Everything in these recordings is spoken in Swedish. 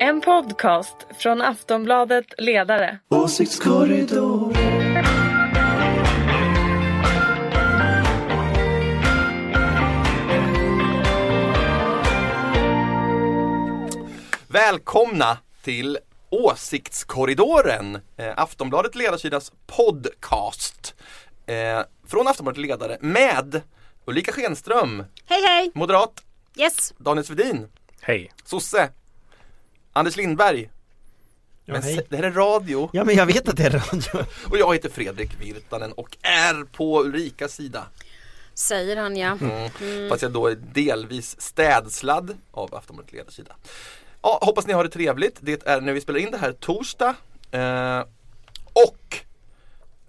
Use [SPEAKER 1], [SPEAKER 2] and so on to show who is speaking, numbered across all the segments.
[SPEAKER 1] En podcast från Aftonbladet Ledare.
[SPEAKER 2] Åsiktskorridoren.
[SPEAKER 3] Välkomna till Åsiktskorridoren, eh, Aftonbladet Ledarsidas podcast. Eh, från Aftonbladet Ledare med Ulrika Schenström,
[SPEAKER 4] Hej hej!
[SPEAKER 3] moderat,
[SPEAKER 4] Yes!
[SPEAKER 3] Daniel Svedin,
[SPEAKER 5] Hej.
[SPEAKER 3] sosse, Anders Lindberg. Men
[SPEAKER 2] hej.
[SPEAKER 3] se- det här är radio
[SPEAKER 2] Ja men jag vet att det är radio.
[SPEAKER 3] och jag heter Fredrik Virtanen och är på Ulrikas sida.
[SPEAKER 4] Säger han ja.
[SPEAKER 3] Mm. Fast jag då är delvis städslad av Aftonbladet ledarsida. Ja, hoppas ni har det trevligt. Det är när vi spelar in det här torsdag. Eh, och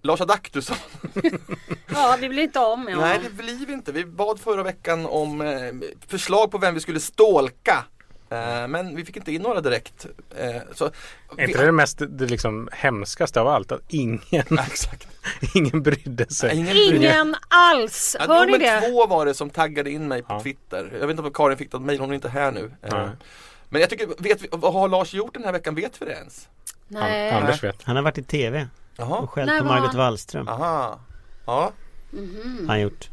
[SPEAKER 3] Lars Adaktusson.
[SPEAKER 4] Ja, vi blir inte av med
[SPEAKER 3] Nej,
[SPEAKER 4] honom.
[SPEAKER 3] det blir vi inte. Vi bad förra veckan om eh, förslag på vem vi skulle stalka. Eh, men vi fick inte in några direkt. Eh, så,
[SPEAKER 5] Är inte det det mest det liksom hemskaste av allt? Att ingen,
[SPEAKER 3] Exakt.
[SPEAKER 5] ingen brydde sig.
[SPEAKER 3] Ingen
[SPEAKER 4] Ingen alls!
[SPEAKER 3] Ja,
[SPEAKER 4] Hör ni
[SPEAKER 3] nummer
[SPEAKER 4] det?
[SPEAKER 3] två var det som taggade in mig på
[SPEAKER 5] Ja.
[SPEAKER 3] Twitter. Jag vet inte om Karin fick något mejl, hon är inte här nu. Eh,
[SPEAKER 5] Nej.
[SPEAKER 3] Men jag tycker, vet vi, vad har Lars gjort den här veckan? Vet vi det ens?
[SPEAKER 5] An-
[SPEAKER 4] Nej.
[SPEAKER 5] Anders vet.
[SPEAKER 2] Han har varit i tv
[SPEAKER 3] Jaha.
[SPEAKER 2] och skällt
[SPEAKER 4] När
[SPEAKER 2] på
[SPEAKER 4] var Mm.
[SPEAKER 2] Margot
[SPEAKER 4] han?
[SPEAKER 2] Wallström.
[SPEAKER 3] Aha. Ja.
[SPEAKER 2] Han har gjort.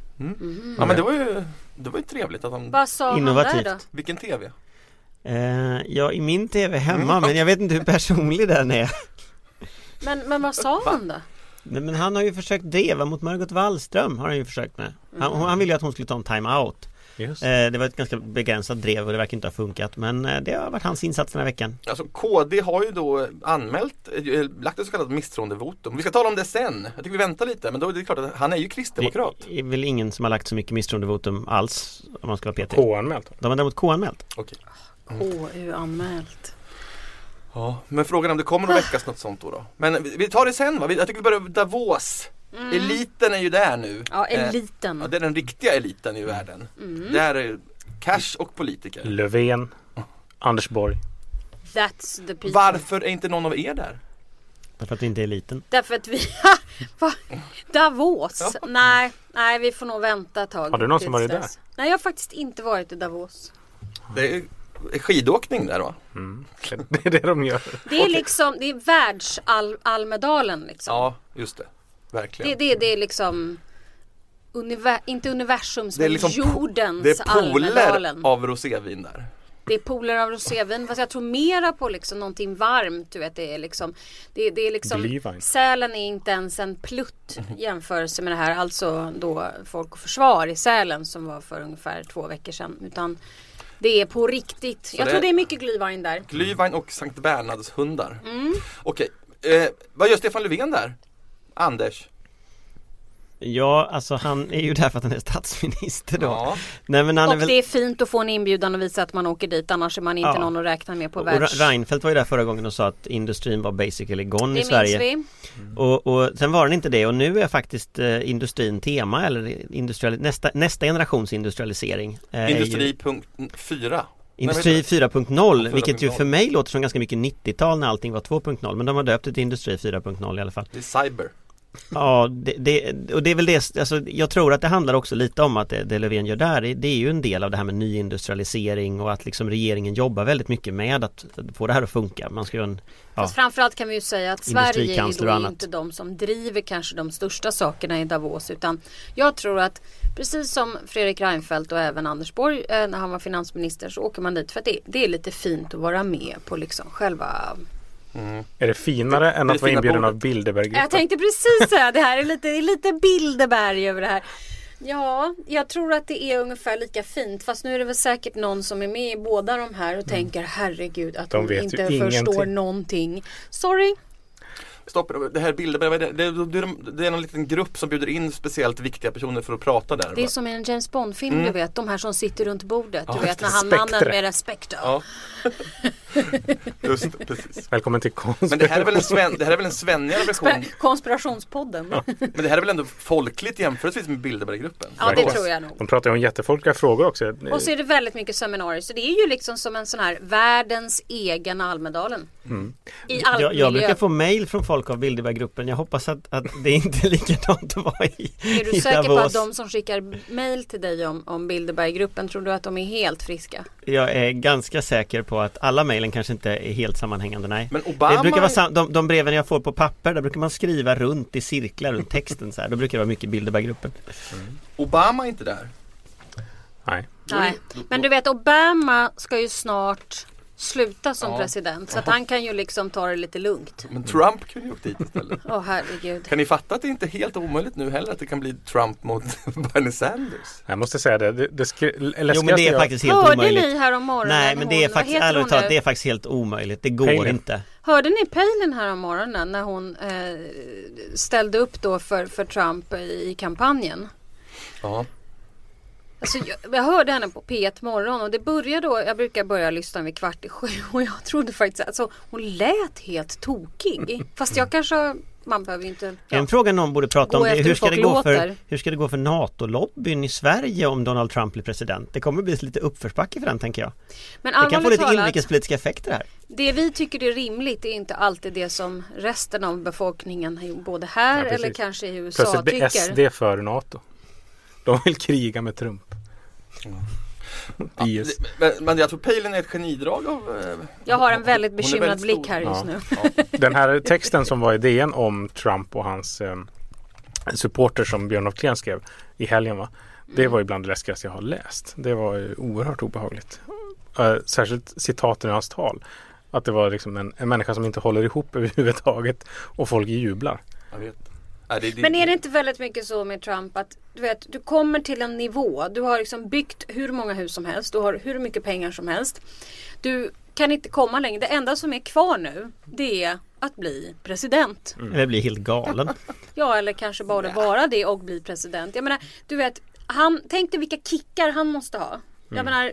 [SPEAKER 3] ja, men det var ju, det var ju trevligt att han...
[SPEAKER 4] Vad sa han där då?
[SPEAKER 2] Innovativt.
[SPEAKER 3] Vilken TV?
[SPEAKER 2] Eh, ja i min tv
[SPEAKER 4] Mm.
[SPEAKER 2] hemma men jag vet inte hur personlig den är.
[SPEAKER 4] Men, men vad sa han då?
[SPEAKER 2] Nej men han har ju försökt driva mot Margot Wallström har han ju försökt med. Han,
[SPEAKER 4] Mm.
[SPEAKER 2] hon- han ville ju att hon skulle ta en time-out.
[SPEAKER 5] Just.
[SPEAKER 2] Eh, det var ett ganska begränsat drev och det verkar inte ha funkat men eh, det har varit hans insats den här veckan.
[SPEAKER 3] Alltså KD har ju då anmält, eh, lagt ett så kallat misstroendevotum. Vi ska tala om det sen. Jag tycker vi väntar lite, men då är det klart att han är ju kristdemokrat.
[SPEAKER 2] Det är väl ingen som har lagt så mycket misstroendevotum alls om man ska vara petig.
[SPEAKER 5] K-anmält.
[SPEAKER 2] De har däremot K-anmält.
[SPEAKER 3] Okej. Mm.
[SPEAKER 4] KU-anmält.
[SPEAKER 3] Ja, men frågan är om det kommer
[SPEAKER 4] Ah.
[SPEAKER 3] att väckas något sånt då, då? Men vi, vi tar det sen va? Vi- Jag tycker vi börjar med Davos.
[SPEAKER 4] Mm.
[SPEAKER 3] Eliten är ju där nu.
[SPEAKER 4] Ja,
[SPEAKER 3] Eh, Ja,
[SPEAKER 4] eliten.
[SPEAKER 3] det är den riktiga eliten i världen.
[SPEAKER 4] Mm.
[SPEAKER 3] Där är cash och politiker.
[SPEAKER 5] Löfven. Anders Borg.
[SPEAKER 4] That's the people.
[SPEAKER 3] Varför är inte någon av er där?
[SPEAKER 2] Därför att vi inte är liten.
[SPEAKER 4] Därför att vi... Va? Davos? Nej, nej, vi får nog vänta ett tag.
[SPEAKER 5] Har du någon som
[SPEAKER 4] tills
[SPEAKER 5] varit där?
[SPEAKER 4] dess. Nej, jag har faktiskt inte varit i Davos.
[SPEAKER 3] Det är är skidåkning där va?
[SPEAKER 5] Det är det de gör.
[SPEAKER 4] Det är liksom, det är världsal-Almedalen liksom.
[SPEAKER 3] Ja, just det.
[SPEAKER 4] Det,
[SPEAKER 3] Verkligen.
[SPEAKER 4] det, det är liksom univer, inte universums
[SPEAKER 3] Det är
[SPEAKER 4] men
[SPEAKER 3] liksom po-
[SPEAKER 4] jordens
[SPEAKER 3] Det är pooler
[SPEAKER 4] Almedalen.
[SPEAKER 3] av rosévin där.
[SPEAKER 4] Det är pooler av rosévin fast jag tror mera på liksom någonting varmt. Du vet, det är liksom, det, det är liksom
[SPEAKER 5] Glühwein.
[SPEAKER 4] Sälen är inte ens en plutt i jämförelse med det här. Alltså då Folk och Försvar i Sälen som var för ungefär två veckor sedan. Utan det är på riktigt. jag
[SPEAKER 3] det-
[SPEAKER 4] tror det är mycket glühwein där.
[SPEAKER 3] Glühwein och Sankt Bernhards hundar.
[SPEAKER 4] Mm.
[SPEAKER 3] Okej, eh, vad gör Stefan Löfven där? Anders?
[SPEAKER 2] Ja, alltså han är ju där för att han är statsminister då.
[SPEAKER 3] Ja.
[SPEAKER 2] Nej men han är
[SPEAKER 4] Och
[SPEAKER 2] väl...
[SPEAKER 4] det är fint att få en inbjudan och visa att man åker dit annars är man inte
[SPEAKER 2] Ja.
[SPEAKER 4] någon att räkna med på
[SPEAKER 2] Och Ra-
[SPEAKER 4] världs...
[SPEAKER 2] Reinfeldt var ju där förra gången och sa att industrin var basically gone i
[SPEAKER 4] Det minns
[SPEAKER 2] Sverige.
[SPEAKER 4] vi.
[SPEAKER 2] Och, och sen var den inte det och nu är faktiskt eh, industrin tema eller industriali- nästa, nästa generations industrialisering. eh, är ju-
[SPEAKER 3] Industri punkt fyra.
[SPEAKER 2] Industri
[SPEAKER 3] Nej,
[SPEAKER 2] 4.0 vilket ju
[SPEAKER 3] 4.0.
[SPEAKER 2] för mig låter som ganska mycket 90-tal när allting var 2.0 men de har döpt det till Industri 4.0 i alla fall.
[SPEAKER 3] Det är cyber.
[SPEAKER 2] Ja, det, det, och det är väl det, alltså, jag tror att det handlar också lite om att det, det Löfven gör där, det, det är ju en del av det här med nyindustrialisering och att liksom regeringen jobbar väldigt mycket med att få det här att funka. Man ska göra en, ja,
[SPEAKER 4] Fast framförallt kan vi ju säga att Sverige är
[SPEAKER 2] Industrikansler och
[SPEAKER 4] ju då
[SPEAKER 2] annat.
[SPEAKER 4] inte de som driver kanske de största sakerna i Davos utan jag tror att precis som Fredrik Reinfeldt och även Anders Borg eh, när han var finansminister så åker man dit för att det, det är lite fint att vara med på liksom själva
[SPEAKER 5] Är det finare än
[SPEAKER 3] Det är
[SPEAKER 5] att vara
[SPEAKER 3] fina
[SPEAKER 5] inbjuden
[SPEAKER 3] bordet.
[SPEAKER 5] av Bilderberg
[SPEAKER 4] Jag tänkte precis säga det här är lite, det är lite Bilderberg över det här. Ja, jag tror att det är ungefär lika fint. Fast nu är det väl säkert någon som är med i båda de här och tänker herregud att
[SPEAKER 5] De
[SPEAKER 4] hon
[SPEAKER 5] vet ju
[SPEAKER 4] inte
[SPEAKER 5] ingenting.
[SPEAKER 4] förstår någonting. Sorry.
[SPEAKER 3] Stopp, det här Bilderberg, vad är det, det, det, är- det är någon liten grupp som bjuder in speciellt viktiga personer för att prata där.
[SPEAKER 4] Det
[SPEAKER 3] va?
[SPEAKER 4] är som i en James Bond-film
[SPEAKER 2] Mm.
[SPEAKER 4] du vet, de här som sitter runt bordet. Du
[SPEAKER 3] Ja,
[SPEAKER 4] vet när han
[SPEAKER 5] Spectre.
[SPEAKER 4] mannen med respekt.
[SPEAKER 3] Ja. Just det, precis.
[SPEAKER 5] Välkommen till konst.
[SPEAKER 3] Men det här är väl en, sven, det här är väl en svennigare version?
[SPEAKER 4] Konspirationspodden. Ja,
[SPEAKER 3] Men det här är väl ändå folkligt jämförelsevis med Bilderberggruppen?
[SPEAKER 4] det tror jag nog.
[SPEAKER 5] De pratar ju om jättefolkliga frågor också.
[SPEAKER 4] Och så är det väldigt mycket seminarier. Så det är ju liksom som en sån här världens egen Almedalen. I all
[SPEAKER 2] Mm. jag, jag
[SPEAKER 4] miljö.
[SPEAKER 2] brukar få mail från folk av Bilderberggruppen, jag hoppas att, att det inte är likadant att vara i,
[SPEAKER 4] Är
[SPEAKER 2] i
[SPEAKER 4] du säker på att
[SPEAKER 2] Davos.
[SPEAKER 4] de som skickar mail till dig om, om Bilderberggruppen, tror du att de är helt friska?
[SPEAKER 2] Jag är ganska säker på att alla mail mejlen kanske inte är helt sammanhängande, nej.
[SPEAKER 3] Men Obama...
[SPEAKER 2] Det brukar vara sam- de, de breven jag får på papper, där brukar man skriva runt i cirklar runt texten så här. Då brukar det vara mycket Bilderberggruppen.
[SPEAKER 3] Obama är inte där.
[SPEAKER 5] Nej.
[SPEAKER 3] Då är-
[SPEAKER 4] Nej.
[SPEAKER 3] då-
[SPEAKER 4] Men
[SPEAKER 3] då-
[SPEAKER 4] du vet Obama ska ju snart sluta som
[SPEAKER 3] Ja.
[SPEAKER 4] president. Så att han kan ju liksom ta det lite lugnt.
[SPEAKER 3] Men Trump kunde ju åkt dit istället.
[SPEAKER 4] Åh herregud.
[SPEAKER 3] Kan ni fatta att det inte är helt omöjligt nu heller att det kan bli Trump mot Bernie Sanders?
[SPEAKER 5] Jag måste säga det. Det, det skri- läskigaste
[SPEAKER 2] Jo men det är
[SPEAKER 5] jag-
[SPEAKER 2] faktiskt helt
[SPEAKER 4] Hörde
[SPEAKER 2] omöjligt.
[SPEAKER 4] ni härommorgonen?
[SPEAKER 2] Nej men det är
[SPEAKER 4] hon- vad
[SPEAKER 2] faktiskt,
[SPEAKER 4] heter
[SPEAKER 2] ärligt
[SPEAKER 4] hon nu?
[SPEAKER 2] talat, det är faktiskt helt omöjligt. Det går
[SPEAKER 5] Palin.
[SPEAKER 2] inte.
[SPEAKER 4] Hörde ni Palin här om morgonen när hon eh, ställde upp då för, för Trump i, i kampanjen?
[SPEAKER 3] Ja.
[SPEAKER 4] Alltså, jag, jag hörde henne på P1 morgon och det började då, jag brukar börja lyssna vid kvart i sju och jag trodde faktiskt att alltså, hon lät helt tokig. Fast jag kanske, har- man behöver ju inte.
[SPEAKER 2] En fråga någon borde prata
[SPEAKER 4] Gå
[SPEAKER 2] om det är
[SPEAKER 4] efter
[SPEAKER 2] hur
[SPEAKER 4] hur
[SPEAKER 2] ska det,
[SPEAKER 4] folk
[SPEAKER 2] gå för,
[SPEAKER 4] låter.
[SPEAKER 2] hur ska det gå för NATO-lobbyn i Sverige om Donald Trump blir president? Det kommer bli lite uppförsbacke för den tänker jag.
[SPEAKER 4] Men
[SPEAKER 2] Det kan få
[SPEAKER 4] allvarligt
[SPEAKER 2] lite
[SPEAKER 4] talat,
[SPEAKER 2] inrikespolitiska effekter här.
[SPEAKER 4] det vi tycker är rimligt är inte alltid det som resten av befolkningen både här
[SPEAKER 5] Ja, precis.
[SPEAKER 4] eller kanske i USA
[SPEAKER 5] Plötsligt blir
[SPEAKER 4] tycker.
[SPEAKER 5] SD för NATO. De vill kriga med Trump.
[SPEAKER 3] Ja,
[SPEAKER 5] IS.
[SPEAKER 3] det- men, men jag tror Palin är ett genidrag av... eh,
[SPEAKER 4] Jag har en väldigt
[SPEAKER 3] hon är
[SPEAKER 4] bekymrad
[SPEAKER 3] väldigt
[SPEAKER 4] blick
[SPEAKER 3] stor.
[SPEAKER 4] här just
[SPEAKER 5] Ja.
[SPEAKER 4] nu.
[SPEAKER 3] Ja.
[SPEAKER 5] Den här texten som var i DN om Trump och hans eh, supporter som Björn af Kleen skrev i helgen. Va? Det var ju bland det läskigaste jag har läst. Det var ju oerhört obehagligt. Eh, särskilt citaten i hans tal. Att det var liksom en, en människa som inte håller ihop överhuvudtaget och folk jublar.
[SPEAKER 3] Jag vet. Nej, det, det,
[SPEAKER 4] Men är det inte väldigt mycket så med Trump att du vet, du kommer till en nivå. Du har liksom byggt hur många hus som helst. Du har hur mycket pengar som helst. Du kan inte komma längre. Det enda som är kvar nu det är att bli president.
[SPEAKER 3] Mm.
[SPEAKER 2] Eller blir helt galen.
[SPEAKER 4] Ja, eller kanske bara vara det och bli president. Jag menar, du vet, han, tänk dig vilka kickar han måste ha. Jag menar,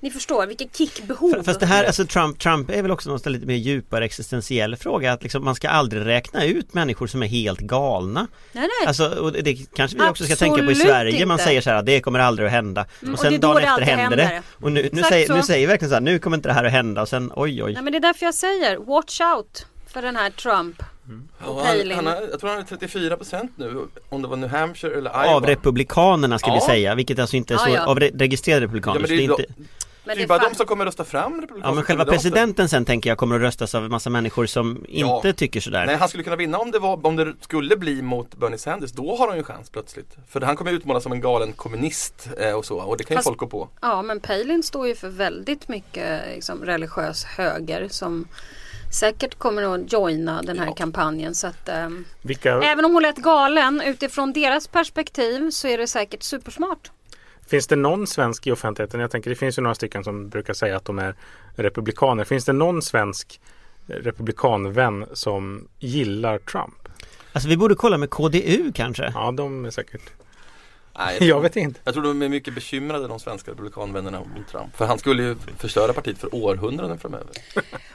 [SPEAKER 4] ni förstår vilka kickbehov.
[SPEAKER 2] Fast det här, alltså Trump, Trump är väl också någonstans lite mer djupare existentiell fråga att liksom man ska aldrig räkna ut människor som är helt galna.
[SPEAKER 4] nej, nej.
[SPEAKER 2] Alltså, och det kanske vi också ska
[SPEAKER 4] Absolut
[SPEAKER 2] tänka på i Sverige. Man
[SPEAKER 4] inte.
[SPEAKER 2] säger så här, det kommer aldrig att hända.
[SPEAKER 4] Mm,
[SPEAKER 2] och
[SPEAKER 4] och
[SPEAKER 2] sen
[SPEAKER 4] det är då
[SPEAKER 2] dagen
[SPEAKER 4] det
[SPEAKER 2] efter
[SPEAKER 4] alltid
[SPEAKER 2] händer det.
[SPEAKER 4] händer.
[SPEAKER 2] Och nu, nu,
[SPEAKER 4] Exakt
[SPEAKER 2] säger, nu
[SPEAKER 4] så.
[SPEAKER 2] säger vi verkligen så här, nu kommer inte det här att hända och sen oj oj.
[SPEAKER 4] nej, men det är därför jag säger watch out för den här Trump.
[SPEAKER 3] ja, han,
[SPEAKER 4] Palin.
[SPEAKER 3] han har, jag tror han är 34 procent nu, om det var New Hampshire eller Iowa.
[SPEAKER 2] Av republikanerna ska vi
[SPEAKER 3] Ja.
[SPEAKER 2] säga, vilket alltså inte är så,
[SPEAKER 4] Ja, ja.
[SPEAKER 2] av re- registrerade
[SPEAKER 3] Ja,
[SPEAKER 2] republikaner.
[SPEAKER 3] men
[SPEAKER 2] så
[SPEAKER 3] det är ju
[SPEAKER 2] inte,
[SPEAKER 3] de-
[SPEAKER 4] Men
[SPEAKER 3] det är
[SPEAKER 4] det
[SPEAKER 3] bara
[SPEAKER 4] fan-
[SPEAKER 3] de som kommer rösta fram
[SPEAKER 2] ja men själva presidenten sen tänker jag kommer att röstas av en massa människor som
[SPEAKER 3] Ja.
[SPEAKER 2] inte tycker sådär.
[SPEAKER 3] Nej, han skulle kunna vinna om det, var, om det skulle bli mot Bernie Sanders. Då har han ju chans plötsligt. För han kommer utmålas som en galen kommunist eh, och så. Och det kan ju
[SPEAKER 4] Fast-
[SPEAKER 3] folk gå på.
[SPEAKER 4] Ja men Palin står ju för väldigt mycket liksom, religiös höger som säkert kommer att joina den här
[SPEAKER 3] Ja.
[SPEAKER 4] kampanjen. Så att, ehm,
[SPEAKER 5] Vilka,
[SPEAKER 4] Även om hon lät galen utifrån deras perspektiv så är det säkert supersmart.
[SPEAKER 5] Finns det någon svensk i offentligheten? Jag tänker det finns ju några stycken som brukar säga att de är republikaner. Finns det någon svensk eh, republikanvän som gillar Trump?
[SPEAKER 2] Alltså vi borde kolla med KDU kanske.
[SPEAKER 5] Ja, de är säkert.
[SPEAKER 3] Nej,
[SPEAKER 5] Jag vet inte.
[SPEAKER 3] Jag tror de är mycket bekymrade de svenska republikanvännerna om Trump. För han skulle ju förstöra partiet för århundraden framöver.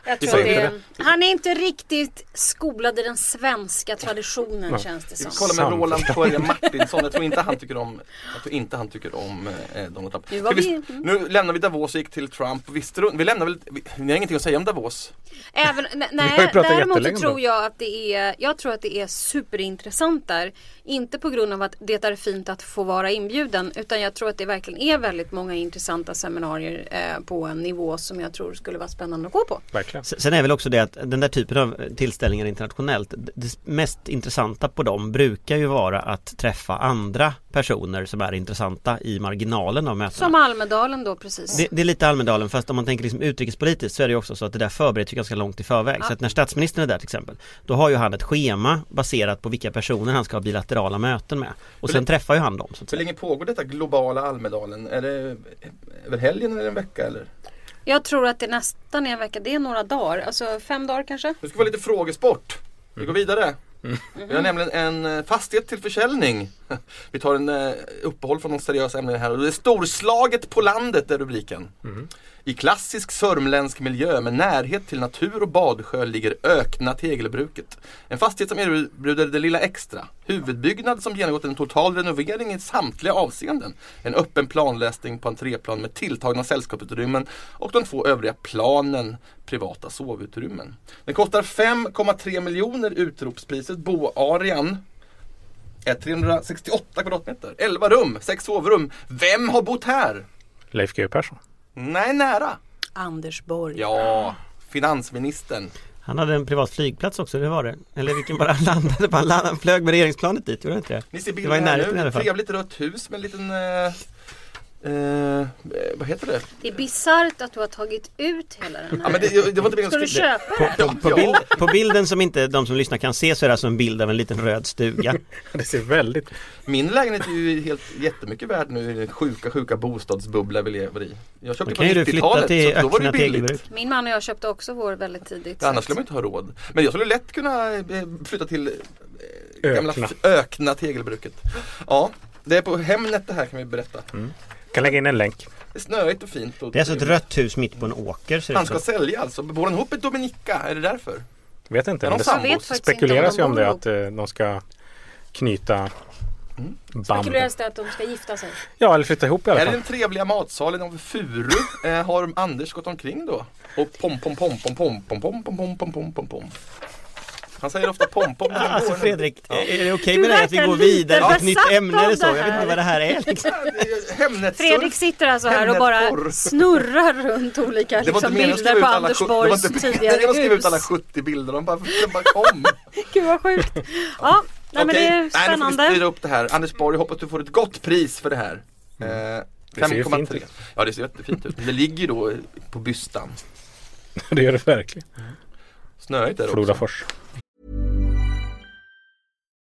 [SPEAKER 4] Jag
[SPEAKER 3] Vi
[SPEAKER 4] tror
[SPEAKER 3] säger
[SPEAKER 4] det är, han är inte riktigt skolad i den svenska traditionen
[SPEAKER 5] Nej.
[SPEAKER 4] känns det
[SPEAKER 3] Vi
[SPEAKER 4] som.
[SPEAKER 3] kollar med
[SPEAKER 5] Sant.
[SPEAKER 3] Roland Poirier Martinsson. Jag tror inte han tycker om, jag tror inte han tycker om eh, Donald Trump.
[SPEAKER 4] Nu var
[SPEAKER 3] Ska
[SPEAKER 4] vi-
[SPEAKER 3] nu lämnar vi Davos och gick till Trump. Visste du, vi lämnar väl, vi, ni har ingenting att säga om Davos?
[SPEAKER 4] Även, ne-
[SPEAKER 5] har ju
[SPEAKER 4] nej,
[SPEAKER 5] pratat
[SPEAKER 4] däremot så
[SPEAKER 5] jättelänge om
[SPEAKER 4] tror
[SPEAKER 5] det.
[SPEAKER 4] jag att det är, jag tror att det är superintressant där. Inte på grund av att det är fint att få vara inbjuden utan jag tror att det verkligen är väldigt många intressanta seminarier eh, på en nivå som jag tror skulle vara spännande att gå på.
[SPEAKER 5] Verkligen.
[SPEAKER 2] S- Sen är väl också det att den där typen av tillställningar internationellt, d- det mest intressanta på dem brukar ju vara att träffa andra personer som är intressanta i marginalen av mötena.
[SPEAKER 4] Som Almedalen då precis.
[SPEAKER 2] Det, det är lite Almedalen fast om man tänker liksom utrikespolitiskt så är det ju också så att det där förbereds ju ganska långt i förväg. Så att när statsministern är där till exempel då har ju han ett schema baserat på vilka personer han ska ha bilaterala möten med. Och sen träffar ju han dem. Så att
[SPEAKER 3] Hur
[SPEAKER 2] säga.
[SPEAKER 3] länge pågår detta globala Almedalen? Är det över helgen eller en vecka eller?
[SPEAKER 4] Jag tror att det nästan är en vecka, det är några dagar, alltså fem dagar kanske.
[SPEAKER 3] Nu ska vi ha lite frågesport. Vi går vidare. Vi har nämligen en eh, fastighet till försäljning. Vi tar en eh, uppehåll från de seriösa ämnen här. Och Det är Storslaget på landet är rubriken. I klassisk sörmländsk miljö med närhet till natur och badsjö ligger Ökna tegelbruket. En fastighet som erbjuder det lilla extra. Huvudbyggnad som genomgått en total renovering i samtliga avseenden. En öppen planlösning på entréplan med tilltagna sällskapsutrymmen och de två övriga planen privata sovutrymmen. Den kostar 5,3 miljoner utropspriset boarean är 368 kvadratmeter, 11 rum, 6 sovrum. Vem har bott här?
[SPEAKER 5] Leif GW Persson.
[SPEAKER 3] Nej, nära.
[SPEAKER 4] Anders Borg.
[SPEAKER 3] Ja, finansministern.
[SPEAKER 2] Han hade en privat flygplats också, det var det. Eller vilken bara landade på, han landade- han flög med regeringsplanet dit, gjorde han inte det?
[SPEAKER 3] Ni ser
[SPEAKER 2] Det var i
[SPEAKER 3] bilden här
[SPEAKER 2] närheten i
[SPEAKER 3] nu.
[SPEAKER 2] alla fall.
[SPEAKER 3] Trevligt rött hus med en liten eh, eh, vad heter det?
[SPEAKER 4] Det är bisarrt att du har tagit ut hela den
[SPEAKER 3] Ja,
[SPEAKER 4] här.
[SPEAKER 3] men det, det var inte meningen
[SPEAKER 4] Ska du
[SPEAKER 3] att skriva-
[SPEAKER 4] köpa
[SPEAKER 2] På, på, på,
[SPEAKER 3] Ja.
[SPEAKER 2] bild, på bilden som inte de som lyssnar kan se så är det alltså en bild av en liten röd stuga.
[SPEAKER 5] Det ser väldigt...
[SPEAKER 3] Min lägenhet är ju helt jättemycket värd nu i den sjuka, sjuka bostadsbubbla vi lever i. Jag köpte
[SPEAKER 2] Då
[SPEAKER 3] på
[SPEAKER 2] kan ju du flytta
[SPEAKER 3] 90-talet
[SPEAKER 2] till
[SPEAKER 3] så då var det
[SPEAKER 2] Öxarna,
[SPEAKER 3] ju billigt.
[SPEAKER 2] Tegelbruk.
[SPEAKER 4] Min man och jag köpte också vår väldigt tidigt.
[SPEAKER 3] Annars skulle man ju inte ha råd. Men jag skulle lätt kunna eh, flytta till eh, gamla
[SPEAKER 5] Ökna.
[SPEAKER 3] f- ökna tegelbruket. Ja, det är på Hemnet det här kan vi berätta.
[SPEAKER 5] Kan lägga in en länk.
[SPEAKER 3] Det är snöigt och fint. Och
[SPEAKER 2] Mm. Det är alltså ett rött hus mitt på en åker ser det
[SPEAKER 3] Han
[SPEAKER 2] ut som.
[SPEAKER 3] ska sälja alltså. Bor han ihop med Dominika? Är det därför?
[SPEAKER 5] Vet inte.
[SPEAKER 3] Är
[SPEAKER 5] Men
[SPEAKER 3] de
[SPEAKER 5] det
[SPEAKER 3] sambo?
[SPEAKER 4] vet faktiskt
[SPEAKER 5] spekuleras
[SPEAKER 4] inte
[SPEAKER 5] ju
[SPEAKER 4] om
[SPEAKER 5] om det
[SPEAKER 4] de
[SPEAKER 5] att eh, de ska knyta band.
[SPEAKER 4] Spekuleras det att de ska gifta sig?
[SPEAKER 5] Ja, eller flytta ihop i alla
[SPEAKER 3] Är det
[SPEAKER 5] fall.
[SPEAKER 3] den trevliga matsalen av Furu? Eh, har Anders gått omkring då? Och pom pom pom pom pom pom pom pom pom pom pom pom pom Han säger ofta pom pom när han
[SPEAKER 2] Alltså
[SPEAKER 3] går.
[SPEAKER 2] Fredrik,
[SPEAKER 3] Ja.
[SPEAKER 2] är det okej
[SPEAKER 4] Du
[SPEAKER 2] med det här att vi
[SPEAKER 4] verkar
[SPEAKER 2] går
[SPEAKER 4] lite
[SPEAKER 2] vidare till ett
[SPEAKER 4] besatt
[SPEAKER 2] nytt ämne
[SPEAKER 4] av
[SPEAKER 2] eller så?
[SPEAKER 4] det
[SPEAKER 2] Jag vet inte
[SPEAKER 4] här.
[SPEAKER 2] vad det här är liksom.
[SPEAKER 3] Hemnet
[SPEAKER 4] Fredrik sitter alltså här och bara
[SPEAKER 3] Hemnetporr.
[SPEAKER 4] snurrar runt olika
[SPEAKER 3] Det var inte
[SPEAKER 4] liksom,
[SPEAKER 3] meningen att skriva
[SPEAKER 4] bilder
[SPEAKER 3] ut alla sju-
[SPEAKER 4] på Anders
[SPEAKER 3] det var
[SPEAKER 4] Borgs
[SPEAKER 3] inte meningen
[SPEAKER 4] tidigare
[SPEAKER 3] att skriva ut
[SPEAKER 4] hus.
[SPEAKER 3] alla 70 bilder, de bara, de bara kom.
[SPEAKER 4] Gud vad sjukt. Ja, nej, men det
[SPEAKER 3] Okej.
[SPEAKER 4] är
[SPEAKER 3] Nej, nu får vi
[SPEAKER 4] spännande.
[SPEAKER 3] styra upp det här. Anders Borg, jag hoppas du får ett gott pris för det här. Eh,
[SPEAKER 5] Mm. Det ser ju fint
[SPEAKER 3] 5,3.
[SPEAKER 5] ut.
[SPEAKER 3] Ja det ser jättefint ut. Det ligger ju då på bystan.
[SPEAKER 5] Det gör det verkligen.
[SPEAKER 3] Snöigt där också.
[SPEAKER 5] Flodafors.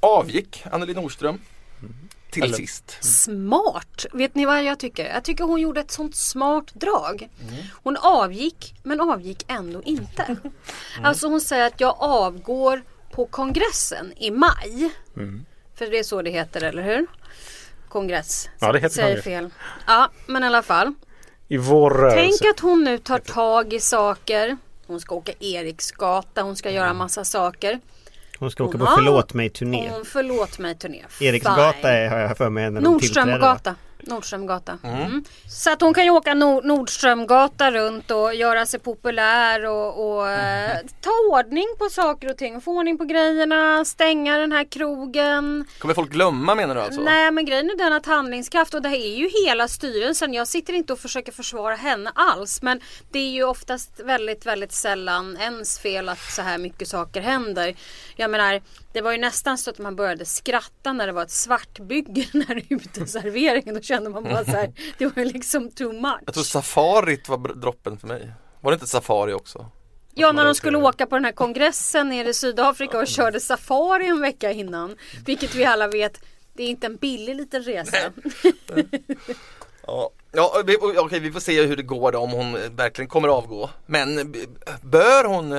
[SPEAKER 3] avgick Annelie Nordström. Till
[SPEAKER 5] Eller-
[SPEAKER 3] sist.
[SPEAKER 4] Smart! Vet ni vad jag tycker? Jag tycker hon gjorde ett sånt smart drag.
[SPEAKER 3] Mm.
[SPEAKER 4] Hon avgick, men avgick ändå inte. Alltså hon säger att jag avgår på kongressen i maj.
[SPEAKER 3] Mm.
[SPEAKER 4] För det är så det heter, eller hur? Kongress.
[SPEAKER 5] Ja, det heter
[SPEAKER 4] Säger
[SPEAKER 5] kongress.
[SPEAKER 4] fel. Ja, men i alla fall.
[SPEAKER 5] I vår rörelse.
[SPEAKER 4] Tänk att hon nu tar tag i saker. Hon ska åka Eriksgata, hon ska
[SPEAKER 2] Mm.
[SPEAKER 4] göra massa saker.
[SPEAKER 2] Hon ska åka
[SPEAKER 4] Hon
[SPEAKER 2] på
[SPEAKER 4] har-
[SPEAKER 2] förlåt mig-turné.
[SPEAKER 4] Hon förlåt mig-turné.
[SPEAKER 2] Eriksgata är, har jag för mig när de tillträdde. va?
[SPEAKER 4] Nordströmgata. Nordströmgata. Mm. Så att hon kan ju åka Nor- Nordströmgata runt och göra sig populär och, och
[SPEAKER 2] Mm.
[SPEAKER 4] eh, ta ordning på saker och ting. Få ordning på grejerna, stänga den här krogen.
[SPEAKER 3] Kommer folk glömma menar du alltså?
[SPEAKER 4] Nej men grejen är den att handlingskraft och det här är ju hela styrelsen. Jag sitter inte och försöker försvara henne alls. Men det är ju oftast väldigt, väldigt sällan ens fel att så här mycket saker händer. Jag menar, det var ju nästan så att man började skratta när det var ett svartbygge när uteserveringen. Då kände man bara så här, det var ju liksom too
[SPEAKER 3] Jag tror
[SPEAKER 4] much.
[SPEAKER 3] safarit var br- droppen för mig. Var det inte safari också?
[SPEAKER 4] Ja, när de skulle åka på den här kongressen nere i Sydafrika och körde safari en vecka innan. Vilket vi alla vet, det är inte en billig liten resa.
[SPEAKER 3] Ja, ja vi, och- okej vi får se hur det går då om hon eh, verkligen kommer avgå. Men eh, b- bör hon?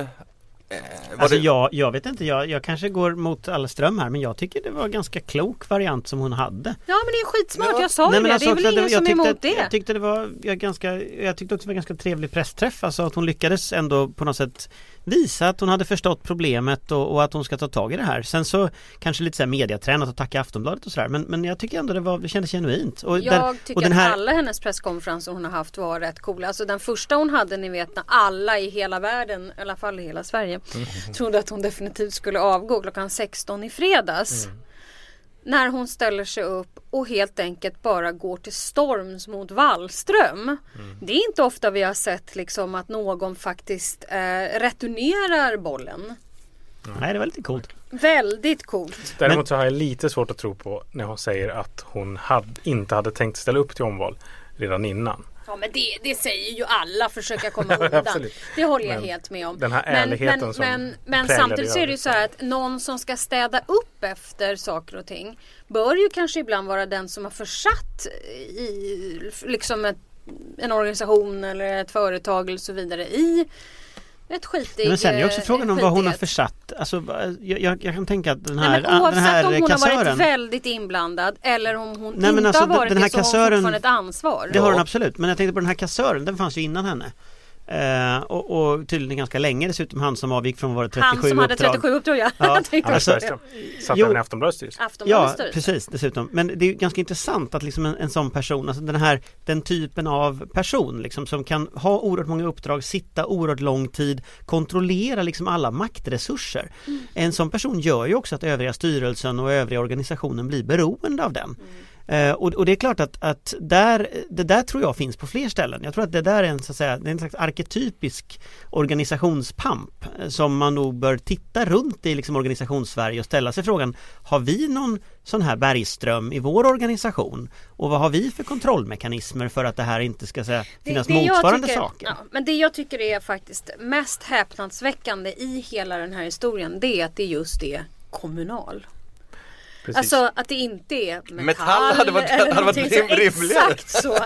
[SPEAKER 3] Eh, var
[SPEAKER 2] Alltså
[SPEAKER 3] det-
[SPEAKER 2] jag, jag vet inte, jag, jag kanske går mot alla ström här men jag tycker det var en ganska klok variant som hon hade.
[SPEAKER 4] Ja men det är skitsmart,
[SPEAKER 3] Ja.
[SPEAKER 4] jag sa ju det. Det är väl
[SPEAKER 2] alltså också att
[SPEAKER 4] ingen som är
[SPEAKER 2] tyckte,
[SPEAKER 4] emot
[SPEAKER 2] att- Jag
[SPEAKER 4] det.
[SPEAKER 2] tyckte det var jag ganska, jag tyckte också det var en ganska trevlig pressträff. Alltså att hon lyckades ändå på något sätt visa att hon hade förstått problemet och, och att hon ska ta tag i det här. Sen så kanske lite så här mediatränat och tacka Aftonbladet och sådär. Men, men jag tycker ändå det, var, det kändes genuint. Och
[SPEAKER 4] Jag
[SPEAKER 2] och
[SPEAKER 4] tycker
[SPEAKER 2] den
[SPEAKER 4] att alla hennes presskonferenser hon har haft var rätt coola. Alltså den första hon hade, ni vet när alla i hela världen, i alla fall i hela Sverige,
[SPEAKER 2] Mm.
[SPEAKER 4] trodde att hon definitivt skulle avgå klockan 16 i fredags.
[SPEAKER 2] Mm.
[SPEAKER 4] När hon ställer sig upp och helt enkelt bara går till storms mot Wallström.
[SPEAKER 2] Mm.
[SPEAKER 4] Det är inte ofta vi har sett liksom att någon faktiskt eh, returnerar bollen.
[SPEAKER 2] Nej det var lite coolt.
[SPEAKER 4] Väldigt coolt.
[SPEAKER 5] Däremot så har jag lite svårt att tro på när hon säger att hon hade, inte hade tänkt ställa upp till omval redan innan.
[SPEAKER 4] Ja men det, det säger ju alla försöka komma undan.
[SPEAKER 5] Absolut.
[SPEAKER 4] det håller jag
[SPEAKER 5] Men
[SPEAKER 4] helt med om.
[SPEAKER 5] den här ärligheten
[SPEAKER 4] men,
[SPEAKER 5] som
[SPEAKER 4] men, men
[SPEAKER 5] präglade
[SPEAKER 4] samtidigt så är det ju
[SPEAKER 5] övrigt.
[SPEAKER 4] så här att någon som ska städa upp efter saker och ting bör ju kanske ibland vara den som har försatt i liksom ett, en organisation eller ett företag eller så vidare i Rätt skitig.
[SPEAKER 2] Men sen är ju också
[SPEAKER 4] eh,
[SPEAKER 2] frågan om vad hon har
[SPEAKER 4] skitighet.
[SPEAKER 2] försatt. Alltså, jag, jag, jag kan tänka att den här, ah,
[SPEAKER 4] Nej, men
[SPEAKER 2] den
[SPEAKER 4] oavsett
[SPEAKER 2] här
[SPEAKER 4] om hon har varit
[SPEAKER 2] kassören.
[SPEAKER 4] väldigt inblandad eller om hon
[SPEAKER 2] Nej, men
[SPEAKER 4] inte
[SPEAKER 2] alltså,
[SPEAKER 4] har varit
[SPEAKER 2] den här
[SPEAKER 4] det så har hon
[SPEAKER 2] kassören-
[SPEAKER 4] fortfarande ett ansvar.
[SPEAKER 2] Det har hon
[SPEAKER 3] Ja.
[SPEAKER 2] absolut. Men jag tänkte på den här kassören, den fanns ju innan henne. Eh, och, och tydligen ganska länge dessutom han som avgick från våra 37
[SPEAKER 4] Han som hade
[SPEAKER 2] uppdrag.
[SPEAKER 4] 37 uppdrag ja.
[SPEAKER 2] Ja,
[SPEAKER 4] Tänkte
[SPEAKER 5] Anders
[SPEAKER 2] Alltså-
[SPEAKER 5] Bergström. Satt
[SPEAKER 2] Jo.
[SPEAKER 5] han i Aftonbladets styrelse?
[SPEAKER 2] Ja,
[SPEAKER 4] Aftonbladets styrelse.
[SPEAKER 2] precis dessutom. Men det är ju ganska intressant att liksom en, en sån person, alltså den här den typen av person liksom, som kan ha oerhört många uppdrag, sitta oerhört lång tid, kontrollera liksom alla maktresurser.
[SPEAKER 4] Mm.
[SPEAKER 2] En sån person gör ju också att övriga styrelsen och övriga organisationen blir beroende av den.
[SPEAKER 4] Mm.
[SPEAKER 2] Eh, och, och det är klart att, att där, det där tror jag finns på fler ställen. Jag tror att det där är en, så att säga, det är en slags arketypisk organisationspamp eh, som man nog bör titta runt i liksom organisationssverige och ställa sig frågan Har vi någon sån här bergström i vår organisation? Och vad har vi för kontrollmekanismer för att det här inte ska så att säga, finnas
[SPEAKER 4] jag
[SPEAKER 2] motsvarande
[SPEAKER 4] tycker,
[SPEAKER 2] saker?
[SPEAKER 4] Ja, men det jag tycker är faktiskt mest häpnadsväckande i hela den här historien det är att det just är kommunal.
[SPEAKER 5] Precis.
[SPEAKER 4] Alltså att det inte är metall,
[SPEAKER 3] Metall hade varit-
[SPEAKER 4] eller
[SPEAKER 3] hade varit
[SPEAKER 4] någonting så-
[SPEAKER 3] rimligare.
[SPEAKER 4] Exakt så.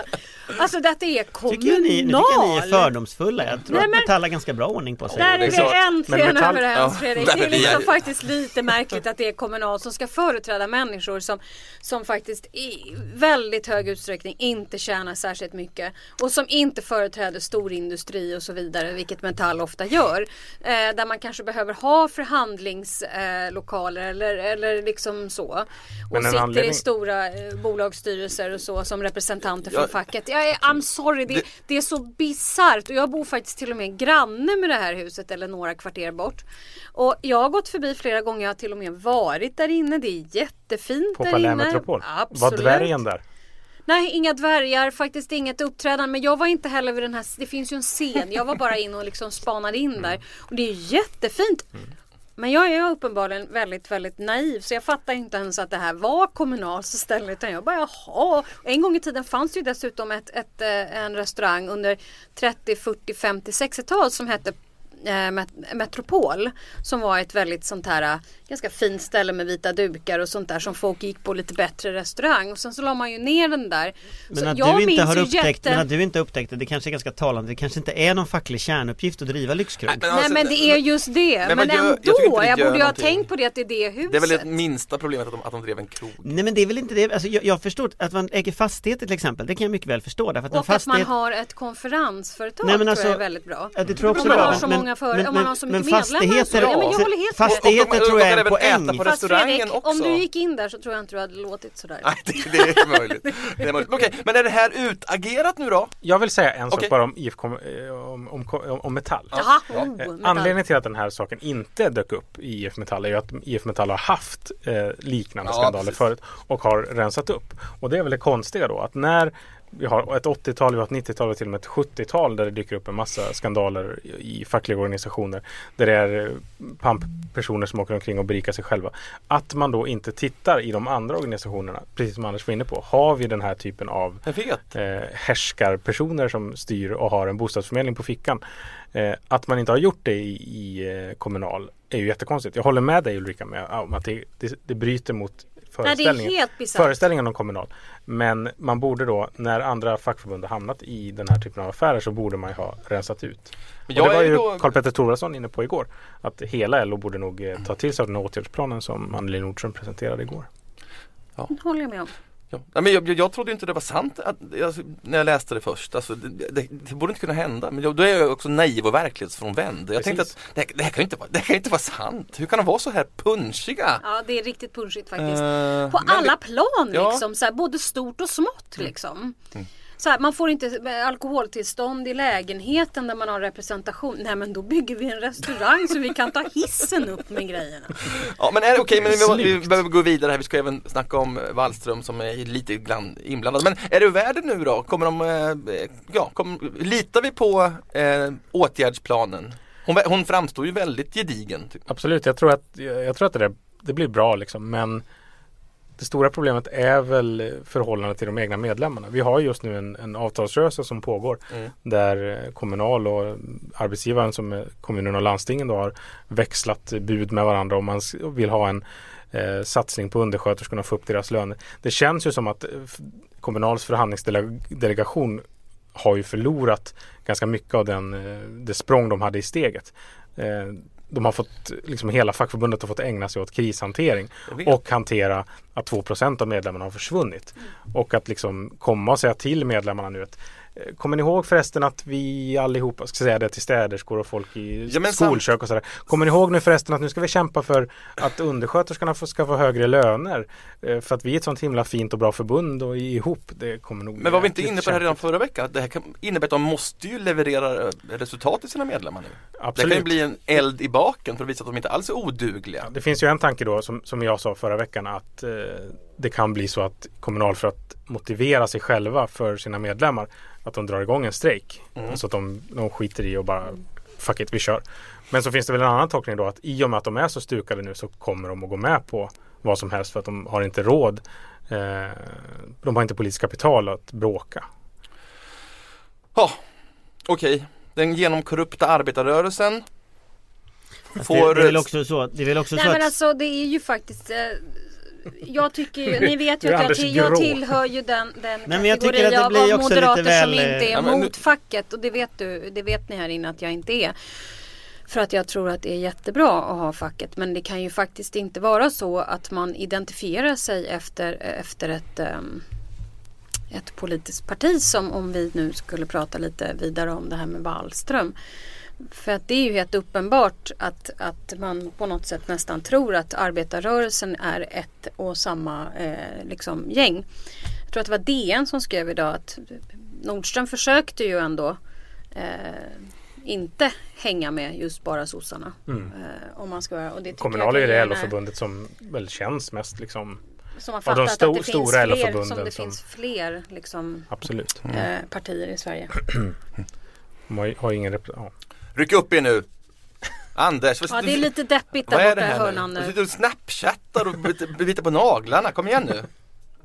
[SPEAKER 4] Alltså att det är kommunal.
[SPEAKER 2] Tycker ni, nu tycker jag ni är fördomsfulla. Jag tror
[SPEAKER 4] Nej, men-
[SPEAKER 2] att Metall har ganska bra ordning på sig.
[SPEAKER 4] Där
[SPEAKER 3] det
[SPEAKER 4] är
[SPEAKER 3] är
[SPEAKER 4] vi
[SPEAKER 3] klart.
[SPEAKER 4] äntligen
[SPEAKER 5] Men metall-
[SPEAKER 4] överens
[SPEAKER 3] Ja,
[SPEAKER 4] Fredrik.
[SPEAKER 3] där
[SPEAKER 4] Det
[SPEAKER 3] är
[SPEAKER 4] är
[SPEAKER 3] vi.
[SPEAKER 4] liksom faktiskt lite märkligt att det är kommunal som ska företräda människor som, som faktiskt i väldigt hög utsträckning inte tjänar särskilt mycket och som inte företräder storindustri och så vidare, vilket Metall ofta gör. Eh, där man kanske behöver ha förhandlingslokaler eh, lokaler eller, eller liksom så.
[SPEAKER 5] Men
[SPEAKER 4] Och
[SPEAKER 5] en
[SPEAKER 4] sitter i
[SPEAKER 5] anledning-
[SPEAKER 4] stora eh, bolagsstyrelser och så som representanter för
[SPEAKER 3] Ja,
[SPEAKER 4] facket. Jag är, I'm sorry, det,
[SPEAKER 3] Det-
[SPEAKER 4] det är så bisarrt och jag bor faktiskt till och med granne med det här huset eller några kvarter bort. Och jag har gått förbi flera gånger, jag har till och med varit där inne. Det är jättefint
[SPEAKER 5] På
[SPEAKER 4] där
[SPEAKER 5] Palais
[SPEAKER 4] inne.
[SPEAKER 5] Metropol. Var
[SPEAKER 4] Absolut.
[SPEAKER 5] dvärgen där?
[SPEAKER 4] Nej, inga dvärgar, faktiskt inget uppträdande. Men jag var inte heller vid den här, det finns ju en scen. Jag var bara inne och liksom spanade
[SPEAKER 5] Mm.
[SPEAKER 4] in där. Och det är ju jättefint. Men jag är uppenbarligen väldigt, väldigt naiv så jag fattar inte ens att det här var kommunalt ställe utan jag bara jaha. Och En gång i tiden fanns det ju dessutom ett, ett, eh, en restaurang under 30, 40, 50, 60-tal som hette eh, Met- Metropol som var ett väldigt sånt här eh, ganska fint ställe med vita dukar och sånt där som folk gick på lite bättre restaurang och sen så la man ju ner den där.
[SPEAKER 2] Men
[SPEAKER 4] Så
[SPEAKER 2] att,
[SPEAKER 4] jag
[SPEAKER 2] du inte
[SPEAKER 4] minns
[SPEAKER 2] har
[SPEAKER 4] ju
[SPEAKER 2] upptäckt,
[SPEAKER 4] jätte-
[SPEAKER 2] men att du inte upptäckte, det kanske är ganska talande, det kanske inte är någon facklig kärnuppgift att driva lyxkrog.
[SPEAKER 3] Nej, men
[SPEAKER 4] Nej
[SPEAKER 3] alltså,
[SPEAKER 4] men det är just det. Men,
[SPEAKER 3] men jag- jag
[SPEAKER 4] ändå,
[SPEAKER 3] tycker inte det
[SPEAKER 4] jag,
[SPEAKER 3] gör
[SPEAKER 4] borde ju ha
[SPEAKER 3] någonting.
[SPEAKER 4] tänkt på det att det är det huset.
[SPEAKER 3] Det är väl det minsta problemet att de, att de drev en krog.
[SPEAKER 2] Nej men det är väl inte det, alltså, jag, jag förstår att man äger fastigheter till exempel, det kan jag mycket väl förstå därför att en
[SPEAKER 4] Och att man
[SPEAKER 2] fastighet
[SPEAKER 4] har ett konferensföretag
[SPEAKER 2] Nej, men
[SPEAKER 4] tror jag
[SPEAKER 2] alltså-
[SPEAKER 4] är väldigt bra.
[SPEAKER 2] Ja, det tror jag
[SPEAKER 4] Om
[SPEAKER 2] också
[SPEAKER 4] man
[SPEAKER 2] är bra,
[SPEAKER 4] har så många före- om man har så mycket medlemmar och så.
[SPEAKER 2] fastigheter,
[SPEAKER 4] Ja, men jag
[SPEAKER 2] alltså,
[SPEAKER 4] håller helt med.
[SPEAKER 2] fastigheter
[SPEAKER 3] Och de-
[SPEAKER 2] tror jag är en
[SPEAKER 3] de kan även äta
[SPEAKER 2] poäng.
[SPEAKER 3] på
[SPEAKER 4] Fast
[SPEAKER 3] restaurangen
[SPEAKER 4] Fredrik,
[SPEAKER 3] också.
[SPEAKER 4] om du gick in där så tror jag inte du hade låtit sådär.
[SPEAKER 3] Nej, det, det är möjligt. Det är möjligt. Men Okej, men är det här utagerat nu då?
[SPEAKER 5] Jag vill säga en
[SPEAKER 3] Okej.
[SPEAKER 5] sak bara om, IFK, eh, om, om, om, om Metall.
[SPEAKER 4] Jaha,
[SPEAKER 3] Ja.
[SPEAKER 4] oh,
[SPEAKER 5] Eh,
[SPEAKER 4] men
[SPEAKER 5] Anledningen till att den här saken inte dök upp i IF Metall är ju att IF Metall har haft eh, liknande
[SPEAKER 3] Ja,
[SPEAKER 5] skandaler
[SPEAKER 3] precis.
[SPEAKER 5] förut och har rensat upp. Och det är väl det konstiga då att när vi har ett 80-tal, vi har ett 90-tal och till och med ett 70-tal där det dyker upp en massa skandaler i i fackliga organisationer. Där det är eh, pamppersoner som åker omkring och berikar sig själva. Att man då inte tittar i de andra organisationerna, precis som Anders var inne på. Har vi den här typen av
[SPEAKER 3] Jag vet.
[SPEAKER 5] eh, härskarpersoner som styr och har en bostadsförmedling på fickan. Eh, att man inte har gjort det i, i eh, kommunal är ju jättekonstigt. Jag håller med dig Ulrika med, om att det, det, det bryter mot
[SPEAKER 4] Nej det är
[SPEAKER 5] föreställningen,
[SPEAKER 4] helt bisarrt.
[SPEAKER 5] föreställningen om kommunal. Men man borde då, när andra fackförbund har hamnat i den här typen av affärer så borde man ju ha rensat ut.
[SPEAKER 3] Men
[SPEAKER 5] och
[SPEAKER 3] jag
[SPEAKER 5] det var
[SPEAKER 3] är
[SPEAKER 5] ju
[SPEAKER 3] då...
[SPEAKER 5] Karl-Petter Thorwaldsson inne på igår. Att hela LO borde nog eh, ta till sig av den här åtgärdsplanen som Anneli Nordström presenterade igår.
[SPEAKER 4] Den håller jag med om.
[SPEAKER 3] Ja. Nej, men jag, jag- jag trodde ju inte det var sant att, alltså, när jag läste det först. Alltså, det, det, det borde inte kunna hända. Men jag, då är jag också naiv och verklighetsfrånvänd. Jag tänkte att
[SPEAKER 5] Precis.
[SPEAKER 3] det, här- det, här kan ju inte vara, det här kan ju inte vara sant. Hur kan de vara så här punchiga?
[SPEAKER 4] Ja det är riktigt punschigt faktiskt.
[SPEAKER 3] Eh,
[SPEAKER 4] På
[SPEAKER 3] men det-
[SPEAKER 4] alla plan
[SPEAKER 3] Ja.
[SPEAKER 4] liksom, så här, både stort och smått liksom. Så här, man får inte eh, alkoholtillstånd i lägenheten där man har representation. Nej men då bygger vi en restaurang så vi kan ta hissen upp med grejerna.
[SPEAKER 3] Ja men är det okej, men vi, vi
[SPEAKER 5] Snyggt.
[SPEAKER 3] behöver gå vidare här. Vi ska även snacka om eh, Wallström som är lite grann inblandad. Men är det världen nu då? Kommer de, eh, ja, kom, litar vi på eh, åtgärdsplanen? Hon, vä- hon framstår ju väldigt gedigen. Typ.
[SPEAKER 5] Absolut, jag tror att, jag jag tror att det, där, det blir bra liksom. Men det stora problemet är väl förhållandet till de egna medlemmarna. Vi har just nu en, en avtalsrörelse som pågår
[SPEAKER 3] Mm.
[SPEAKER 5] där eh, Kommunal och arbetsgivaren som är kommunen och landstingen då har växlat bud med varandra om man s- vill ha en eh, satsning på undersköterskorna och få upp deras löner. Det känns ju som att eh, f- Kommunals förhandlingsdelegation har ju förlorat ganska mycket av den, eh, det språng de hade i steget. Eh, De har fått, liksom hela fackförbundet har fått ägna sig åt krishantering
[SPEAKER 3] Jag vet.
[SPEAKER 5] och hantera att 2 av medlemmarna har försvunnit.
[SPEAKER 3] Mm.
[SPEAKER 5] Och att liksom komma och säga till medlemmarna nu att eh, Kommer ni ihåg förresten att vi allihopa, ska säga det till städerskor och folk i
[SPEAKER 3] Ja, men
[SPEAKER 5] skolkök och sådär. Kommer ni ihåg nu förresten att nu ska vi kämpa för att undersköterskorna får- ska få högre löner? Eh, För att vi är ett sånt himla fint och bra förbund och ihop, det kommer nog
[SPEAKER 3] Men var vi inte
[SPEAKER 5] jäkligt
[SPEAKER 3] inne på det här redan
[SPEAKER 5] kämpigt.
[SPEAKER 3] förra veckan? Att Det här kan innebär att de måste ju leverera eh, resultat till sina medlemmar nu. Det kan ju
[SPEAKER 5] Absolut.
[SPEAKER 3] bli en eld i baken för att visa att de inte alls är odugliga.
[SPEAKER 5] Ja, Det finns ju en tanke då som, som jag sa förra veckan att eh, det kan bli så att Kommunal för att motivera sig själva för sina medlemmar att de drar igång en strejk.
[SPEAKER 3] Mm.
[SPEAKER 5] Så att de, de skiter i och bara fuck it, vi kör. Men så finns det väl en annan tolkning då att i och med att de är så stukade nu så kommer de att gå med på vad som helst för att de har inte råd. Eh, de har inte politiskt kapital att bråka.
[SPEAKER 3] Ja, okej. Den genomkorrupta arbetarrörelsen får...
[SPEAKER 2] det, det är väl också så, det är väl också
[SPEAKER 4] Nej
[SPEAKER 2] så
[SPEAKER 4] men
[SPEAKER 2] att
[SPEAKER 4] alltså det är ju faktiskt eh, Jag tycker ju, ni vet ju
[SPEAKER 5] Det är
[SPEAKER 4] att jag,
[SPEAKER 5] Anders
[SPEAKER 4] till, jag
[SPEAKER 5] Grå.
[SPEAKER 4] tillhör ju den, den
[SPEAKER 2] Nej, men jag tycker
[SPEAKER 4] kategori
[SPEAKER 2] att det
[SPEAKER 4] av,
[SPEAKER 2] blir
[SPEAKER 4] av
[SPEAKER 2] också lite
[SPEAKER 4] moderater som
[SPEAKER 2] väl, eh,
[SPEAKER 4] inte är
[SPEAKER 3] Ja, men nu-
[SPEAKER 4] mot facket och det vet, du, det vet ni här inne att jag inte är. För att jag tror att det är jättebra att ha facket men det kan ju faktiskt inte vara så att man identifierar sig efter, efter ett ehm, ett politiskt parti som om vi nu skulle prata lite vidare om det här med Wallström. För att det är ju helt uppenbart att, att man på något sätt nästan tror att arbetarrörelsen är ett och samma eh, liksom, gäng. Jag tror att det var DN som skrev idag att Nordström försökte ju ändå eh, inte hänga med just bara sossarna. Eh, om man ska vara, och det tycker
[SPEAKER 5] Kommunal är ju
[SPEAKER 4] jag
[SPEAKER 5] det
[SPEAKER 4] kan-
[SPEAKER 5] LO-förbundet som väl känns mest liksom.
[SPEAKER 4] som har
[SPEAKER 5] Ja, de
[SPEAKER 4] fattat
[SPEAKER 5] stor-
[SPEAKER 4] att det finns
[SPEAKER 5] stora
[SPEAKER 4] fler, som
[SPEAKER 5] LO-förbunden
[SPEAKER 4] det
[SPEAKER 5] som-
[SPEAKER 4] finns fler liksom,
[SPEAKER 5] Absolut.
[SPEAKER 4] eh, partier i Sverige.
[SPEAKER 5] De har, ju- har ju ingen rep- ja.
[SPEAKER 3] Ryck upp er nu! Anders, vad
[SPEAKER 4] Ja
[SPEAKER 3] sitter
[SPEAKER 4] det är
[SPEAKER 3] du-
[SPEAKER 4] lite deppigt
[SPEAKER 3] Vad
[SPEAKER 4] där
[SPEAKER 3] är det
[SPEAKER 4] borta i
[SPEAKER 3] här nu? Alltså,
[SPEAKER 4] hörnan
[SPEAKER 3] Du
[SPEAKER 4] nu.
[SPEAKER 3] sitter och snapchattar och bit- biter på naglarna, kom igen nu!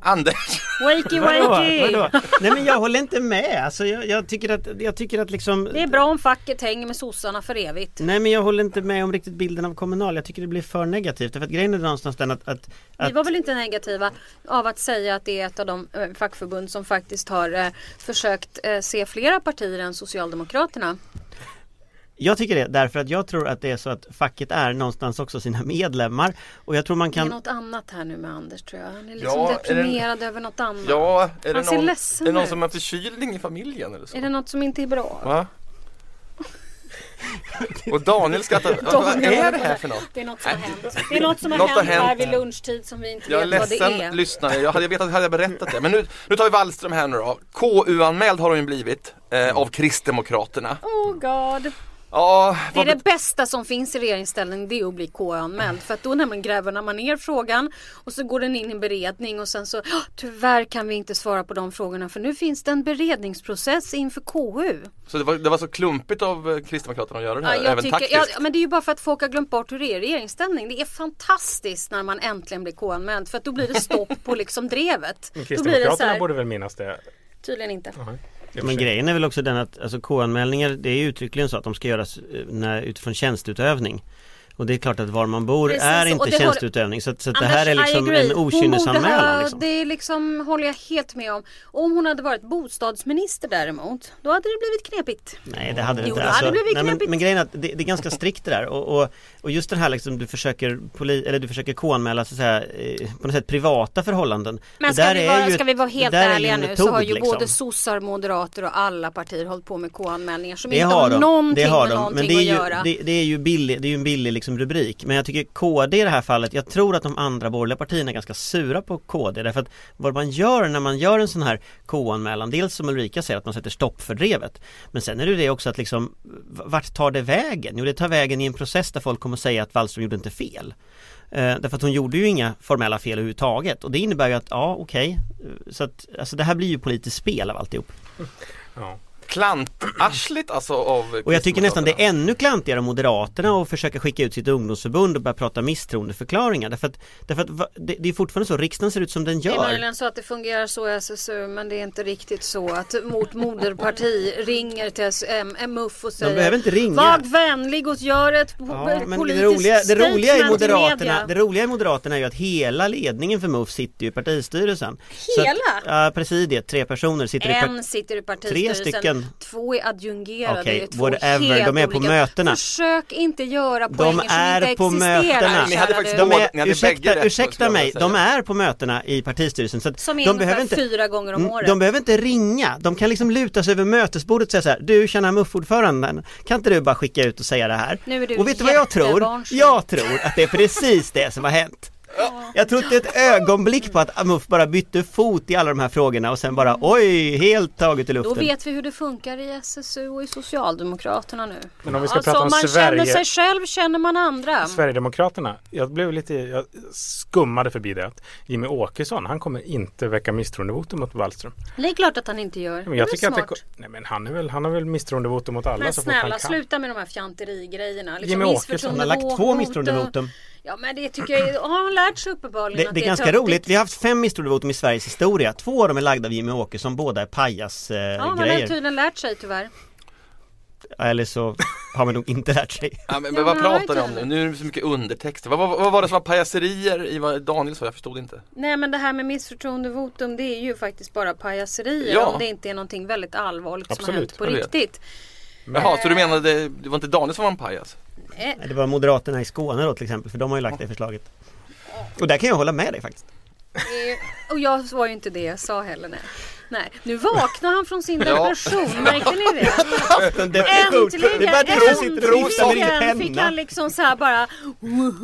[SPEAKER 3] Anders!
[SPEAKER 4] Wakey
[SPEAKER 2] Vadå?
[SPEAKER 4] wakey!
[SPEAKER 2] Vadå? Nej men jag håller inte med. Alltså, jag, jag, tycker att, jag tycker att liksom...
[SPEAKER 4] Det är bra om facket hänger med sossarna för evigt.
[SPEAKER 2] Nej men jag håller inte med om riktigt bilden av kommunal. Jag tycker det blir för negativt. Därför att grejen är någonstans den att, att,
[SPEAKER 4] Vi
[SPEAKER 2] att
[SPEAKER 4] var väl inte negativa av att säga att det är ett av de eh, fackförbund som faktiskt har eh, försökt eh, se flera partier än Socialdemokraterna.
[SPEAKER 2] jag tycker det därför att jag tror att det är så att facket är någonstans också sina medlemmar. Och jag tror man
[SPEAKER 4] Det är
[SPEAKER 2] kan...
[SPEAKER 4] något annat här nu med Anders tror jag. Han är liksom
[SPEAKER 3] Ja, är det-
[SPEAKER 4] deprimerad över något annat.
[SPEAKER 3] Ja, är det,
[SPEAKER 4] Han ser
[SPEAKER 3] någon, är
[SPEAKER 4] ledsen
[SPEAKER 3] det någon
[SPEAKER 4] ut.
[SPEAKER 3] som har förkylning i familjen eller så?
[SPEAKER 4] Är det något som inte är bra?
[SPEAKER 3] Va? Och Daniel skrattar, vad är det här för något?
[SPEAKER 4] Det är något som har hänt. Det är något som har
[SPEAKER 3] Något har
[SPEAKER 4] hänt här
[SPEAKER 3] hänt.
[SPEAKER 4] vid lunchtid som vi inte
[SPEAKER 3] Jag är
[SPEAKER 4] vet vad det
[SPEAKER 3] ledsen
[SPEAKER 4] är.
[SPEAKER 3] lyssnare, jag hade jag vetat hade jag berättat det. Men nu, nu tar vi Wallström här nu då. KU-anmäld har hon ju blivit eh, av Kristdemokraterna.
[SPEAKER 4] Oh god.
[SPEAKER 3] Ja,
[SPEAKER 4] Det är
[SPEAKER 3] vad
[SPEAKER 4] det
[SPEAKER 3] bet-
[SPEAKER 4] bästa som finns i regeringsställning det är att bli KU-anmäld. För att då nämligen gräver man ner frågan och så går den in i en beredning och sen så "Åh, tyvärr kan vi inte svara på de frågorna för nu finns det en beredningsprocess inför KU.
[SPEAKER 3] så det var, det var så klumpigt av eh, Kristdemokraterna att göra det här,
[SPEAKER 4] Ja, jag
[SPEAKER 3] även
[SPEAKER 4] tycker, ja,
[SPEAKER 3] taktiskt.
[SPEAKER 4] men det är ju bara för att folk har glömt bort hur det är i regeringsställning. Det är fantastiskt när man äntligen blir KU-anmäld för att då blir det stopp på liksom drevet. Då blir det så
[SPEAKER 5] Kristdemokraterna
[SPEAKER 4] här,
[SPEAKER 5] borde väl minnas det.
[SPEAKER 4] tydligen inte.
[SPEAKER 2] Men grejen är väl också den att alltså, K-anmälningar det är ju uttryckligen så att de ska göras eh, när, utifrån tjänsteutövning. Och det är klart att var man bor
[SPEAKER 4] Precis,
[SPEAKER 2] är
[SPEAKER 4] och
[SPEAKER 2] inte
[SPEAKER 4] det har-
[SPEAKER 2] tjänsteutövning. Så, att, så att det här är
[SPEAKER 4] Anders, I
[SPEAKER 2] liksom
[SPEAKER 4] agree.
[SPEAKER 2] en
[SPEAKER 4] Hon borde ha-
[SPEAKER 2] okynnesanmälan. Liksom.
[SPEAKER 4] Det liksom håller jag helt med om. Om hon hade varit bostadsminister däremot, då hade det blivit knepigt.
[SPEAKER 2] Nej det hade det
[SPEAKER 4] Jo,
[SPEAKER 2] inte. Alltså,
[SPEAKER 4] det hade blivit
[SPEAKER 2] nej, men,
[SPEAKER 4] knepigt.
[SPEAKER 2] men grejen är att det, det är ganska strikt det där och, och, och just det här liksom du försöker, poli, eller du försöker k-anmäla så att säga, eh, på något sätt privata förhållanden.
[SPEAKER 4] Men
[SPEAKER 2] Det
[SPEAKER 4] ska
[SPEAKER 2] där
[SPEAKER 4] vi,
[SPEAKER 2] är
[SPEAKER 4] vara,
[SPEAKER 2] ju
[SPEAKER 4] ska
[SPEAKER 2] ett-
[SPEAKER 4] vi vara
[SPEAKER 2] det
[SPEAKER 4] helt
[SPEAKER 2] där är ju
[SPEAKER 4] ärliga
[SPEAKER 2] en
[SPEAKER 4] nu så har
[SPEAKER 2] metod,
[SPEAKER 4] ju
[SPEAKER 2] liksom.
[SPEAKER 4] både sossar, moderater och alla partier hållit på med K-anmälningar som
[SPEAKER 2] det
[SPEAKER 4] inte
[SPEAKER 2] har
[SPEAKER 4] har
[SPEAKER 2] de,
[SPEAKER 4] någonting
[SPEAKER 2] det har
[SPEAKER 4] med
[SPEAKER 2] de.
[SPEAKER 4] någonting
[SPEAKER 2] Men det är ju,
[SPEAKER 4] att göra.
[SPEAKER 2] Det, det är ju billig, det är ju en billig liksom rubrik. Men jag tycker KD i det här fallet, jag tror att de andra borgerliga partierna är ganska sura på KD. Därför att vad man gör när man gör en sån här K-anmälan, dels som Ulrika säger att man sätter stopp för drevet. Men sen är det ju det också att liksom, v- vart tar det vägen? Jo det tar vägen i en process där folk kommer säga att Wallström gjorde inte fel. Eh, därför att hon gjorde ju inga formella fel överhuvudtaget och det innebär ju att, ja okej. Eh, Så att, alltså det här blir ju politiskt spel av alltihop.
[SPEAKER 5] Ja.
[SPEAKER 3] Klantarsligt alltså av
[SPEAKER 2] Och jag tycker nästan det
[SPEAKER 3] Kristdemokraterna.
[SPEAKER 2] är ännu klantigare av Moderaterna att försöka skicka ut sitt ungdomsförbund och börja prata misstroendeförklaringar. Därför att, därför att va- det, det är fortfarande så, riksdagen ser ut som den
[SPEAKER 4] Det är
[SPEAKER 2] gör.
[SPEAKER 4] möjligen så att det fungerar så i SSU men det är inte riktigt så att vårt moderparti ringer till SM, MUF och säger
[SPEAKER 2] behöver inte ringa.
[SPEAKER 4] Var vänlig och gör ett po-
[SPEAKER 2] Ja, men det
[SPEAKER 4] politiskt
[SPEAKER 2] roliga, det, roliga i
[SPEAKER 4] statement i
[SPEAKER 2] Moderaterna,
[SPEAKER 4] media.
[SPEAKER 2] det roliga i Moderaterna är ju att hela ledningen för MUF sitter ju i partistyrelsen. Så att,
[SPEAKER 4] Hela?
[SPEAKER 2] ja, presidiet, tre personer sitter i
[SPEAKER 4] En
[SPEAKER 2] part-
[SPEAKER 4] sitter i partistyrelsen,
[SPEAKER 2] Tre stycken.
[SPEAKER 4] två är adjungerade.
[SPEAKER 2] Okej,
[SPEAKER 4] det är två
[SPEAKER 2] whatever,
[SPEAKER 4] helt
[SPEAKER 2] de är på
[SPEAKER 4] olika.
[SPEAKER 2] mötena.
[SPEAKER 4] Försök inte göra poänger
[SPEAKER 2] är
[SPEAKER 4] som inte
[SPEAKER 2] på
[SPEAKER 4] existerar.
[SPEAKER 2] mötena.
[SPEAKER 3] Ni hade faktiskt
[SPEAKER 4] kära
[SPEAKER 2] de
[SPEAKER 4] du.
[SPEAKER 3] båda-
[SPEAKER 2] är,
[SPEAKER 3] ni hade bägge rätt,
[SPEAKER 2] ursäkta,
[SPEAKER 3] skulle
[SPEAKER 2] ursäkta
[SPEAKER 3] jag
[SPEAKER 2] mig,
[SPEAKER 3] vilja säga.
[SPEAKER 2] de är på mötena i partistyrelsen. Så att
[SPEAKER 4] Som är
[SPEAKER 2] de
[SPEAKER 4] ungefär
[SPEAKER 2] behöver inte,
[SPEAKER 4] fyra gånger om
[SPEAKER 2] Mm,
[SPEAKER 4] året.
[SPEAKER 2] De behöver inte ringa, de kan liksom luta sig över mötesbordet och säga så här, du känner MUF-ordföranden, kan inte du bara skicka ut och säga det här?
[SPEAKER 4] Nu är du
[SPEAKER 2] och vet du vad jag tror?
[SPEAKER 4] jättebarnslig.
[SPEAKER 2] Jag tror att det är precis det som har hänt. Jag tror inte ett ögonblick på att MUF bara bytte fot i alla de här frågorna och sen bara oj, helt taget i
[SPEAKER 4] Då
[SPEAKER 2] luften.
[SPEAKER 4] vet vi hur det funkar i SSU och i Socialdemokraterna nu.
[SPEAKER 5] Men om vi ska
[SPEAKER 4] alltså,
[SPEAKER 5] prata om
[SPEAKER 4] man
[SPEAKER 5] Sverige-
[SPEAKER 4] känner sig själv känner man andra.
[SPEAKER 5] Sverigedemokraterna, jag blev lite, jag skummade förbi det att Jimmy Åkesson, han kommer inte väcka misstroendevotum mot Wallström.
[SPEAKER 4] Det är klart att han inte gör.
[SPEAKER 5] Men jag
[SPEAKER 4] Det är
[SPEAKER 5] tycker att det,
[SPEAKER 4] smart.
[SPEAKER 5] ko- nej men han är väl, han har väl misstroendevotum mot alla
[SPEAKER 4] Men
[SPEAKER 5] så fort han
[SPEAKER 4] snälla
[SPEAKER 5] kan.
[SPEAKER 4] sluta med de här fjanterigrejerna. Liksom
[SPEAKER 5] Jimmy Åkesson
[SPEAKER 2] Han har lagt två misstroendevotom.
[SPEAKER 4] Ja men det tycker jag, är- har han lärt sig uppenbarligen
[SPEAKER 2] Det,
[SPEAKER 4] att
[SPEAKER 2] det är ganska
[SPEAKER 4] töntigt.
[SPEAKER 2] roligt, vi har haft fem misstroendevotum i Sveriges historia, två av dem är lagda av Jimmy Åkesson, båda är pajas eh,
[SPEAKER 4] Ja typ- man har
[SPEAKER 2] grejer.
[SPEAKER 4] tydligen lärt sig tyvärr.
[SPEAKER 2] Eller så har man nog inte lärt sig.
[SPEAKER 3] Ja, men,
[SPEAKER 4] Ja,
[SPEAKER 3] men vad
[SPEAKER 4] men jag
[SPEAKER 3] pratar ni om
[SPEAKER 4] vet
[SPEAKER 3] nu?
[SPEAKER 4] inte.
[SPEAKER 3] Nu är det så mycket undertexter. Vad, vad, vad var det som var pajaserier i vad Daniel sa? Jag förstod inte.
[SPEAKER 4] Nej men det här med missförtroendevotum det är ju faktiskt bara pajaserier
[SPEAKER 3] Ja.
[SPEAKER 4] om det inte är någonting väldigt allvarligt som
[SPEAKER 5] Absolut,
[SPEAKER 4] har hänt på
[SPEAKER 3] jag vet.
[SPEAKER 4] riktigt.
[SPEAKER 3] Jaha, så du menade, det var inte Daniel som var en pajas?
[SPEAKER 4] Eh,
[SPEAKER 2] Nej, Det var Moderaterna i Skåne då till exempel, för de har ju lagt det förslaget. Och där kan jag hålla med dig faktiskt.
[SPEAKER 4] eh, Och jag var ju inte det jag sa heller nej. Nej, nu vaknar han från sin
[SPEAKER 3] Ja.
[SPEAKER 4] depression, märkte ni det? Äntligen!
[SPEAKER 2] Det är bara du som sitter och viftar med din
[SPEAKER 4] äntligen fick
[SPEAKER 2] penna.
[SPEAKER 4] han liksom så här bara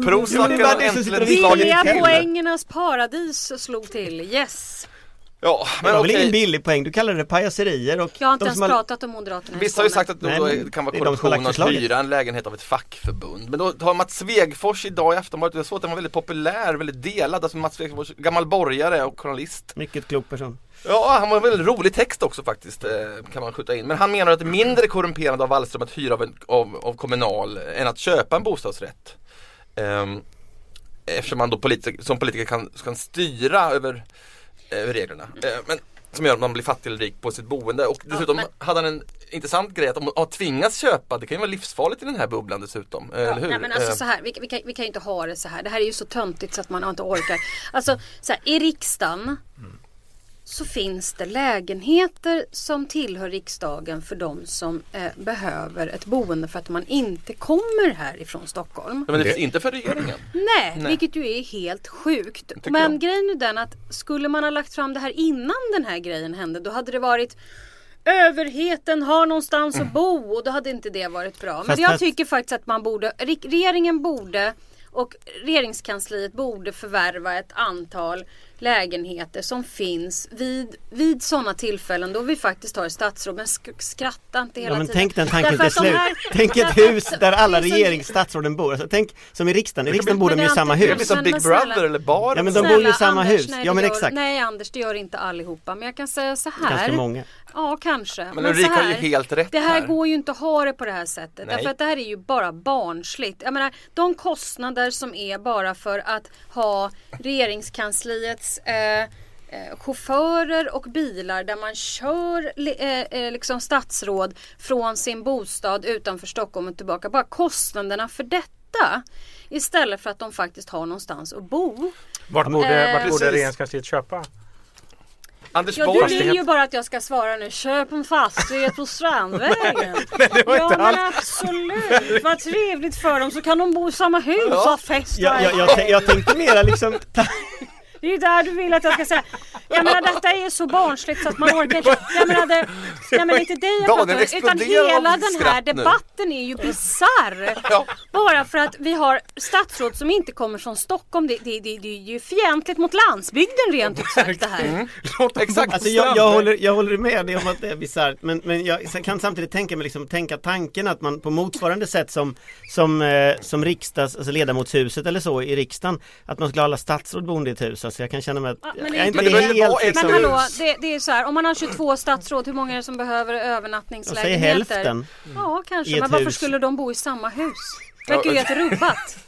[SPEAKER 3] Prozac
[SPEAKER 2] Jo, men
[SPEAKER 3] har
[SPEAKER 2] det är så sitter
[SPEAKER 3] äntligen
[SPEAKER 2] och visar
[SPEAKER 3] slagit
[SPEAKER 2] det.
[SPEAKER 4] Billiga
[SPEAKER 2] till.
[SPEAKER 4] poängernas paradis slog till. Yes!
[SPEAKER 3] Ja,
[SPEAKER 2] Det
[SPEAKER 3] men
[SPEAKER 2] var väl
[SPEAKER 3] okej.
[SPEAKER 2] ingen billig poäng, du kallar det pajaserier och
[SPEAKER 4] Jag har inte
[SPEAKER 2] de
[SPEAKER 4] ens
[SPEAKER 2] som har-
[SPEAKER 4] pratat om Moderaterna i
[SPEAKER 3] Vissa Mm. har ju
[SPEAKER 4] Skåne.
[SPEAKER 3] sagt att
[SPEAKER 2] Nej,
[SPEAKER 3] då
[SPEAKER 2] men
[SPEAKER 3] det kan vara
[SPEAKER 2] det är de som har
[SPEAKER 3] korruption
[SPEAKER 2] lagt
[SPEAKER 3] att
[SPEAKER 2] förslaget.
[SPEAKER 3] hyra en lägenhet av ett fackförbund. Men då har Mats Svegfors idag i Aftonbladet, jag såg att den var väldigt populär, väldigt delad. Alltså Mats Svegfors, gammal borgare och journalist.
[SPEAKER 2] Mycket klok person.
[SPEAKER 3] Ja, han var en väldigt rolig text också faktiskt, eh, kan man skjuta in. Men han menar att det är mindre korrumperande av Wallström att hyra av, en, av, av kommunal än att köpa en bostadsrätt. Ehm, eftersom man då politi- som politiker kan, kan styra över, över reglerna. Eh, men, som gör att man blir fattig eller rik på sitt boende. Och dessutom
[SPEAKER 4] men-
[SPEAKER 3] hade han en intressant grej att om man tvingas köpa, det kan ju vara livsfarligt i den här bubblan dessutom. eh, eller hur?
[SPEAKER 4] Nej men alltså
[SPEAKER 3] Eh,
[SPEAKER 4] så här, vi, vi, kan, vi kan ju inte ha det så här. Det här är ju så töntigt så att man inte orkar. Alltså så här, i riksdagen
[SPEAKER 3] Mm.
[SPEAKER 4] så finns det lägenheter som tillhör riksdagen för de som eh, behöver ett boende för att man inte kommer härifrån Stockholm.
[SPEAKER 3] men det finns inte för regeringen.
[SPEAKER 4] Nej, vilket ju är helt sjukt.
[SPEAKER 3] Tycker
[SPEAKER 4] Men
[SPEAKER 3] jag.
[SPEAKER 4] grejen är den att skulle man ha lagt fram det här innan den här grejen hände då hade det varit Överheten har någonstans att bo och då hade inte det varit bra. Men
[SPEAKER 2] Fast-
[SPEAKER 4] jag
[SPEAKER 2] fast-
[SPEAKER 4] tycker faktiskt att man borde, re- regeringen borde och regeringskansliet borde förvärva ett antal lägenheter som finns vid, vid sådana tillfällen då vi faktiskt har statsråd. Men sk- skratta inte hela
[SPEAKER 2] Ja men
[SPEAKER 4] tiden.
[SPEAKER 2] tänk den tanken
[SPEAKER 4] Därför
[SPEAKER 2] till
[SPEAKER 4] att de
[SPEAKER 2] slut.
[SPEAKER 4] här-
[SPEAKER 2] Tänk ett
[SPEAKER 4] därför att-
[SPEAKER 2] hus där alla
[SPEAKER 4] det är så-
[SPEAKER 2] regeringsstatsråden bor. Alltså, tänk som i riksdagen, i riksdagen bor
[SPEAKER 4] Men
[SPEAKER 2] de ju
[SPEAKER 4] det
[SPEAKER 2] i
[SPEAKER 4] är
[SPEAKER 2] samma
[SPEAKER 4] alltid-
[SPEAKER 3] Det
[SPEAKER 2] hus.
[SPEAKER 3] kan bli som
[SPEAKER 4] Men
[SPEAKER 3] Big
[SPEAKER 4] vad snälla.
[SPEAKER 3] Brother eller bar.
[SPEAKER 2] Ja, men de bor ju i samma hus.
[SPEAKER 4] nej,
[SPEAKER 2] Ja,
[SPEAKER 4] det
[SPEAKER 2] men
[SPEAKER 4] gör,
[SPEAKER 2] exakt.
[SPEAKER 4] Nej Anders, det gör inte allihopa. Men jag kan säga så här.
[SPEAKER 2] Ganska många.
[SPEAKER 4] Ja, kanske.
[SPEAKER 3] Men
[SPEAKER 4] så
[SPEAKER 3] Ulrika har ju
[SPEAKER 4] här,
[SPEAKER 3] helt rätt
[SPEAKER 4] Det här,
[SPEAKER 3] här.
[SPEAKER 4] går ju inte att ha det på det här sättet.
[SPEAKER 3] Nej.
[SPEAKER 4] Därför att det här är ju bara barnsligt. Jag menar, de kostnader som är bara för att ha regeringskansliets eh, eh, chaufförer och bilar där man kör li- eh, eh, liksom statsråd från sin bostad utanför Stockholm och tillbaka. Bara kostnaderna för detta istället för att de faktiskt har någonstans att bo.
[SPEAKER 5] Vart borde,
[SPEAKER 4] Eh,
[SPEAKER 5] vart
[SPEAKER 3] Precis.
[SPEAKER 5] borde regeringskansliet köpa?
[SPEAKER 3] Anders
[SPEAKER 4] Ja,
[SPEAKER 3] Borg.
[SPEAKER 4] du vill ju bara att jag ska svara nu. Köp en fastighet på Strandvägen. ja, men absolut. Vad trevligt för dem. Så kan de bo i samma hus och ha fest
[SPEAKER 2] Jag, jag,
[SPEAKER 4] där.
[SPEAKER 2] jag, tän- jag tänkte mera liksom,
[SPEAKER 4] Det är ju där du vill att jag ska säga. Jag menar detta är ju så barnsligt så att man orkar inte. Jag menar, det, jag menar inte dig jag
[SPEAKER 3] Daniel
[SPEAKER 4] pratar med, utan
[SPEAKER 3] exploderar
[SPEAKER 4] hela
[SPEAKER 3] av
[SPEAKER 4] den här
[SPEAKER 3] skratt nu.
[SPEAKER 4] debatten är ju bisarr.
[SPEAKER 3] Ja.
[SPEAKER 4] Bara för att vi har statsråd som inte kommer från Stockholm. Det, det, det, det är ju fientligt mot landsbygden rent ut sagt det
[SPEAKER 3] Mm.
[SPEAKER 4] här.
[SPEAKER 5] Låt dem
[SPEAKER 3] Exakt.
[SPEAKER 5] bo.
[SPEAKER 2] Alltså jag, jag, håller, jag håller med dig om att det är bisarrt men, men jag sen kan samtidigt tänka mig liksom, tänka tanken att man på motsvarande sätt som som, eh, som riksdags, alltså ledamotshuset eller så i riksdagen att man skulle ha alla statsråd boende i ett hus. Alltså jag kan känna mig att
[SPEAKER 4] Ja, men
[SPEAKER 2] jag
[SPEAKER 4] det
[SPEAKER 2] är
[SPEAKER 4] är
[SPEAKER 2] inte
[SPEAKER 4] inte
[SPEAKER 3] Men
[SPEAKER 4] det.
[SPEAKER 3] det
[SPEAKER 2] helt
[SPEAKER 3] behöver det
[SPEAKER 2] helt
[SPEAKER 3] var
[SPEAKER 2] liksom-
[SPEAKER 4] Men
[SPEAKER 3] exakt-
[SPEAKER 4] hallå, det, det är så här, om man har 22 statsråd, hur många är det som behöver
[SPEAKER 2] Jag säger
[SPEAKER 4] övernattningslägenheter?
[SPEAKER 2] hälften.
[SPEAKER 4] Ja,
[SPEAKER 2] I
[SPEAKER 4] kanske.
[SPEAKER 2] ett
[SPEAKER 4] Men varför
[SPEAKER 2] hus.
[SPEAKER 4] skulle de bo i samma hus? Det verkar ju
[SPEAKER 3] Ja,
[SPEAKER 4] helt rubbat.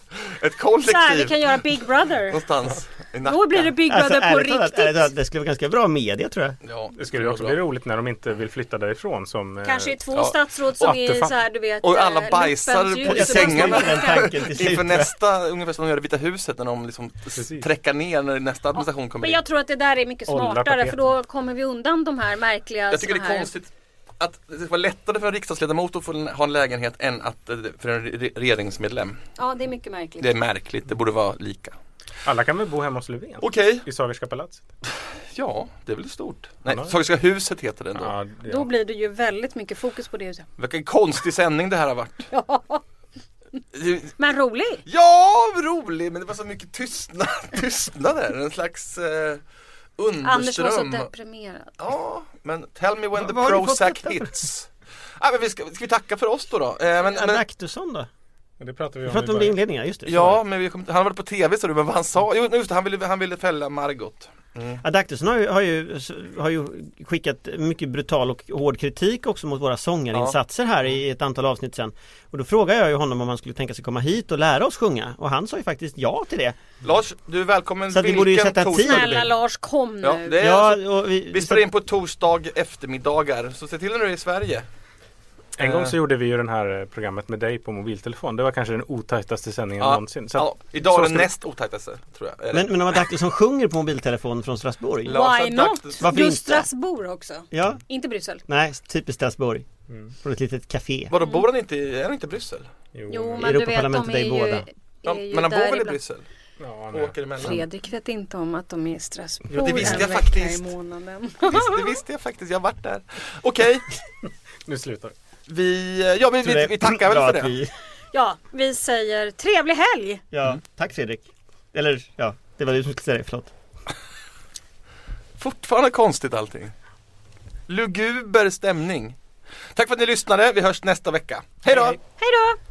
[SPEAKER 3] Ett
[SPEAKER 4] Så här, vi kan
[SPEAKER 3] kollektiv
[SPEAKER 4] göra Big Brother.
[SPEAKER 3] någonstans i Nacka.
[SPEAKER 4] Då blir det Big
[SPEAKER 2] Alltså,
[SPEAKER 4] Brother på
[SPEAKER 2] ärligt talat, ärligt talat,
[SPEAKER 4] riktigt.
[SPEAKER 2] det skulle vara ganska bra media tror jag.
[SPEAKER 3] Ja,
[SPEAKER 5] Det skulle ju också
[SPEAKER 3] vara
[SPEAKER 5] bli
[SPEAKER 3] bra.
[SPEAKER 5] roligt när de inte vill flytta därifrån som... eh,
[SPEAKER 4] Kanske är två
[SPEAKER 3] Ja.
[SPEAKER 4] statsråd som
[SPEAKER 5] Och
[SPEAKER 4] är i
[SPEAKER 5] Attefall.
[SPEAKER 4] så här, du vet,
[SPEAKER 3] Och alla
[SPEAKER 4] eh,
[SPEAKER 3] bajsar
[SPEAKER 4] luppens
[SPEAKER 3] på- i
[SPEAKER 4] ljus.
[SPEAKER 2] Jag tänkte
[SPEAKER 3] sängarna.
[SPEAKER 2] på den tanken till slut.
[SPEAKER 3] Inför nästa, ungefär som de gör i Vita huset när de liksom
[SPEAKER 5] Precis.
[SPEAKER 3] träcker ner när nästa administration kommer
[SPEAKER 4] Men
[SPEAKER 3] in.
[SPEAKER 4] jag tror att det där är mycket
[SPEAKER 5] Olla
[SPEAKER 4] smartare för
[SPEAKER 5] paketen.
[SPEAKER 4] då kommer vi undan de här märkliga
[SPEAKER 3] Jag tycker det
[SPEAKER 4] såna
[SPEAKER 3] är
[SPEAKER 4] här-
[SPEAKER 3] konstigt att det ska vara lättare för en riksdagsledamot att få en, ha en lägenhet än att, eh, för en re- regeringsmedlem.
[SPEAKER 4] Ja, det är mycket märkligt.
[SPEAKER 3] Det är märkligt, det borde vara lika.
[SPEAKER 5] Alla kan väl bo hemma hos Löfven?
[SPEAKER 3] Okej,
[SPEAKER 5] I Sagerska palatset?
[SPEAKER 3] ja det är väl stort. Nej,
[SPEAKER 5] Ja, nej.
[SPEAKER 3] Sagerska huset heter det ändå.
[SPEAKER 5] Ja, det-
[SPEAKER 4] Då blir det ju väldigt mycket fokus på det.
[SPEAKER 3] Vilken konstig sändning det här har varit.
[SPEAKER 4] Men rolig!
[SPEAKER 3] Ja, vad rolig, men det var så mycket tystnad, tystnader, en slags eh,
[SPEAKER 4] Anders var så
[SPEAKER 3] underström.
[SPEAKER 4] deprimerad.
[SPEAKER 3] Ja, men tell me when the
[SPEAKER 2] Vad har du fått
[SPEAKER 3] Prozac
[SPEAKER 2] detta ifrån?
[SPEAKER 3] hits. Ah, men vi ska, ska vi tacka för oss då? då? Eh, men, men,
[SPEAKER 2] Adaktusson då?
[SPEAKER 5] Det pratar vi
[SPEAKER 2] Vi
[SPEAKER 5] om i
[SPEAKER 2] pratade om det
[SPEAKER 5] början.
[SPEAKER 2] i inledningen, just det.
[SPEAKER 3] ja, men vi kom, han har varit på tv så du, men vad han sa? Jo, just det, han ville, han ville fälla Margot.
[SPEAKER 2] Adaktusson har ju, har, ju, har ju skickat mycket brutal och hård kritik också mot våra sångarinsatser här i ett antal avsnitt sen. Och då frågade jag ju honom om han skulle tänka sig komma hit och lära oss sjunga och han sa ju faktiskt ja till det.
[SPEAKER 3] Lars, du är välkommen
[SPEAKER 2] Så att vi borde ju sätta tid.
[SPEAKER 3] torsdag?
[SPEAKER 4] Snälla Lars, kom
[SPEAKER 3] Ja,
[SPEAKER 4] nu!
[SPEAKER 3] det är, alltså,
[SPEAKER 2] Ja, och vi,
[SPEAKER 3] vi spelar in på torsdag eftermiddagar, så se till när du är i Sverige.
[SPEAKER 5] En gång så gjorde vi ju det här eh, programmet med dig på mobiltelefon. Det var kanske den otajtaste sändningen
[SPEAKER 3] Ja.
[SPEAKER 5] någonsin. Så att,
[SPEAKER 3] ja, idag
[SPEAKER 5] så
[SPEAKER 3] är den
[SPEAKER 5] ska vi-
[SPEAKER 3] näst otajtaste, tror jag. Eller-
[SPEAKER 2] men, men om Adaktusson sjunger på mobiltelefon från Strasbourg?
[SPEAKER 3] La- Lars
[SPEAKER 4] Why
[SPEAKER 3] har
[SPEAKER 4] not?
[SPEAKER 3] sagt det.
[SPEAKER 2] Varför
[SPEAKER 4] Just
[SPEAKER 2] inte?
[SPEAKER 4] Strasbourg också.
[SPEAKER 2] Ja,
[SPEAKER 4] Inte Bryssel.
[SPEAKER 2] nej, typiskt Strasbourg. Från ett litet café.
[SPEAKER 3] Vadå, bor han inte i, är han inte i Bryssel?
[SPEAKER 4] Jo, men du vet, de
[SPEAKER 2] Europaparlamentet
[SPEAKER 4] är ju,
[SPEAKER 2] är båda.
[SPEAKER 3] Ja,
[SPEAKER 4] är ju
[SPEAKER 3] men han bor
[SPEAKER 4] där
[SPEAKER 3] väl i
[SPEAKER 4] ibland.
[SPEAKER 3] Bryssel?
[SPEAKER 5] Ja,
[SPEAKER 3] Och
[SPEAKER 5] nej.
[SPEAKER 3] åker emellan?
[SPEAKER 4] Fredrik vet inte om att de är i Strasbourg
[SPEAKER 3] Jo, det visste
[SPEAKER 4] en
[SPEAKER 3] jag
[SPEAKER 4] vecka
[SPEAKER 3] faktiskt.
[SPEAKER 4] i månaden.
[SPEAKER 3] Visst, det visste jag faktiskt, jag har varit där. Okej,
[SPEAKER 5] Nu slutar vi.
[SPEAKER 3] vi, eh, ja, vi,
[SPEAKER 2] Så det
[SPEAKER 3] vi,
[SPEAKER 2] är
[SPEAKER 3] vi tackar väl
[SPEAKER 2] bra
[SPEAKER 3] för
[SPEAKER 2] att
[SPEAKER 3] det.
[SPEAKER 2] vi-
[SPEAKER 4] Ja, vi säger trevlig helg!
[SPEAKER 2] Ja, Mm. tack Fredrik. Eller ja, det var du som skulle säga det, förlåt.
[SPEAKER 3] Fortfarande konstigt allting. Luguber stämning. Tack för att ni lyssnade, vi hörs nästa vecka. Hej då!
[SPEAKER 4] Hej då!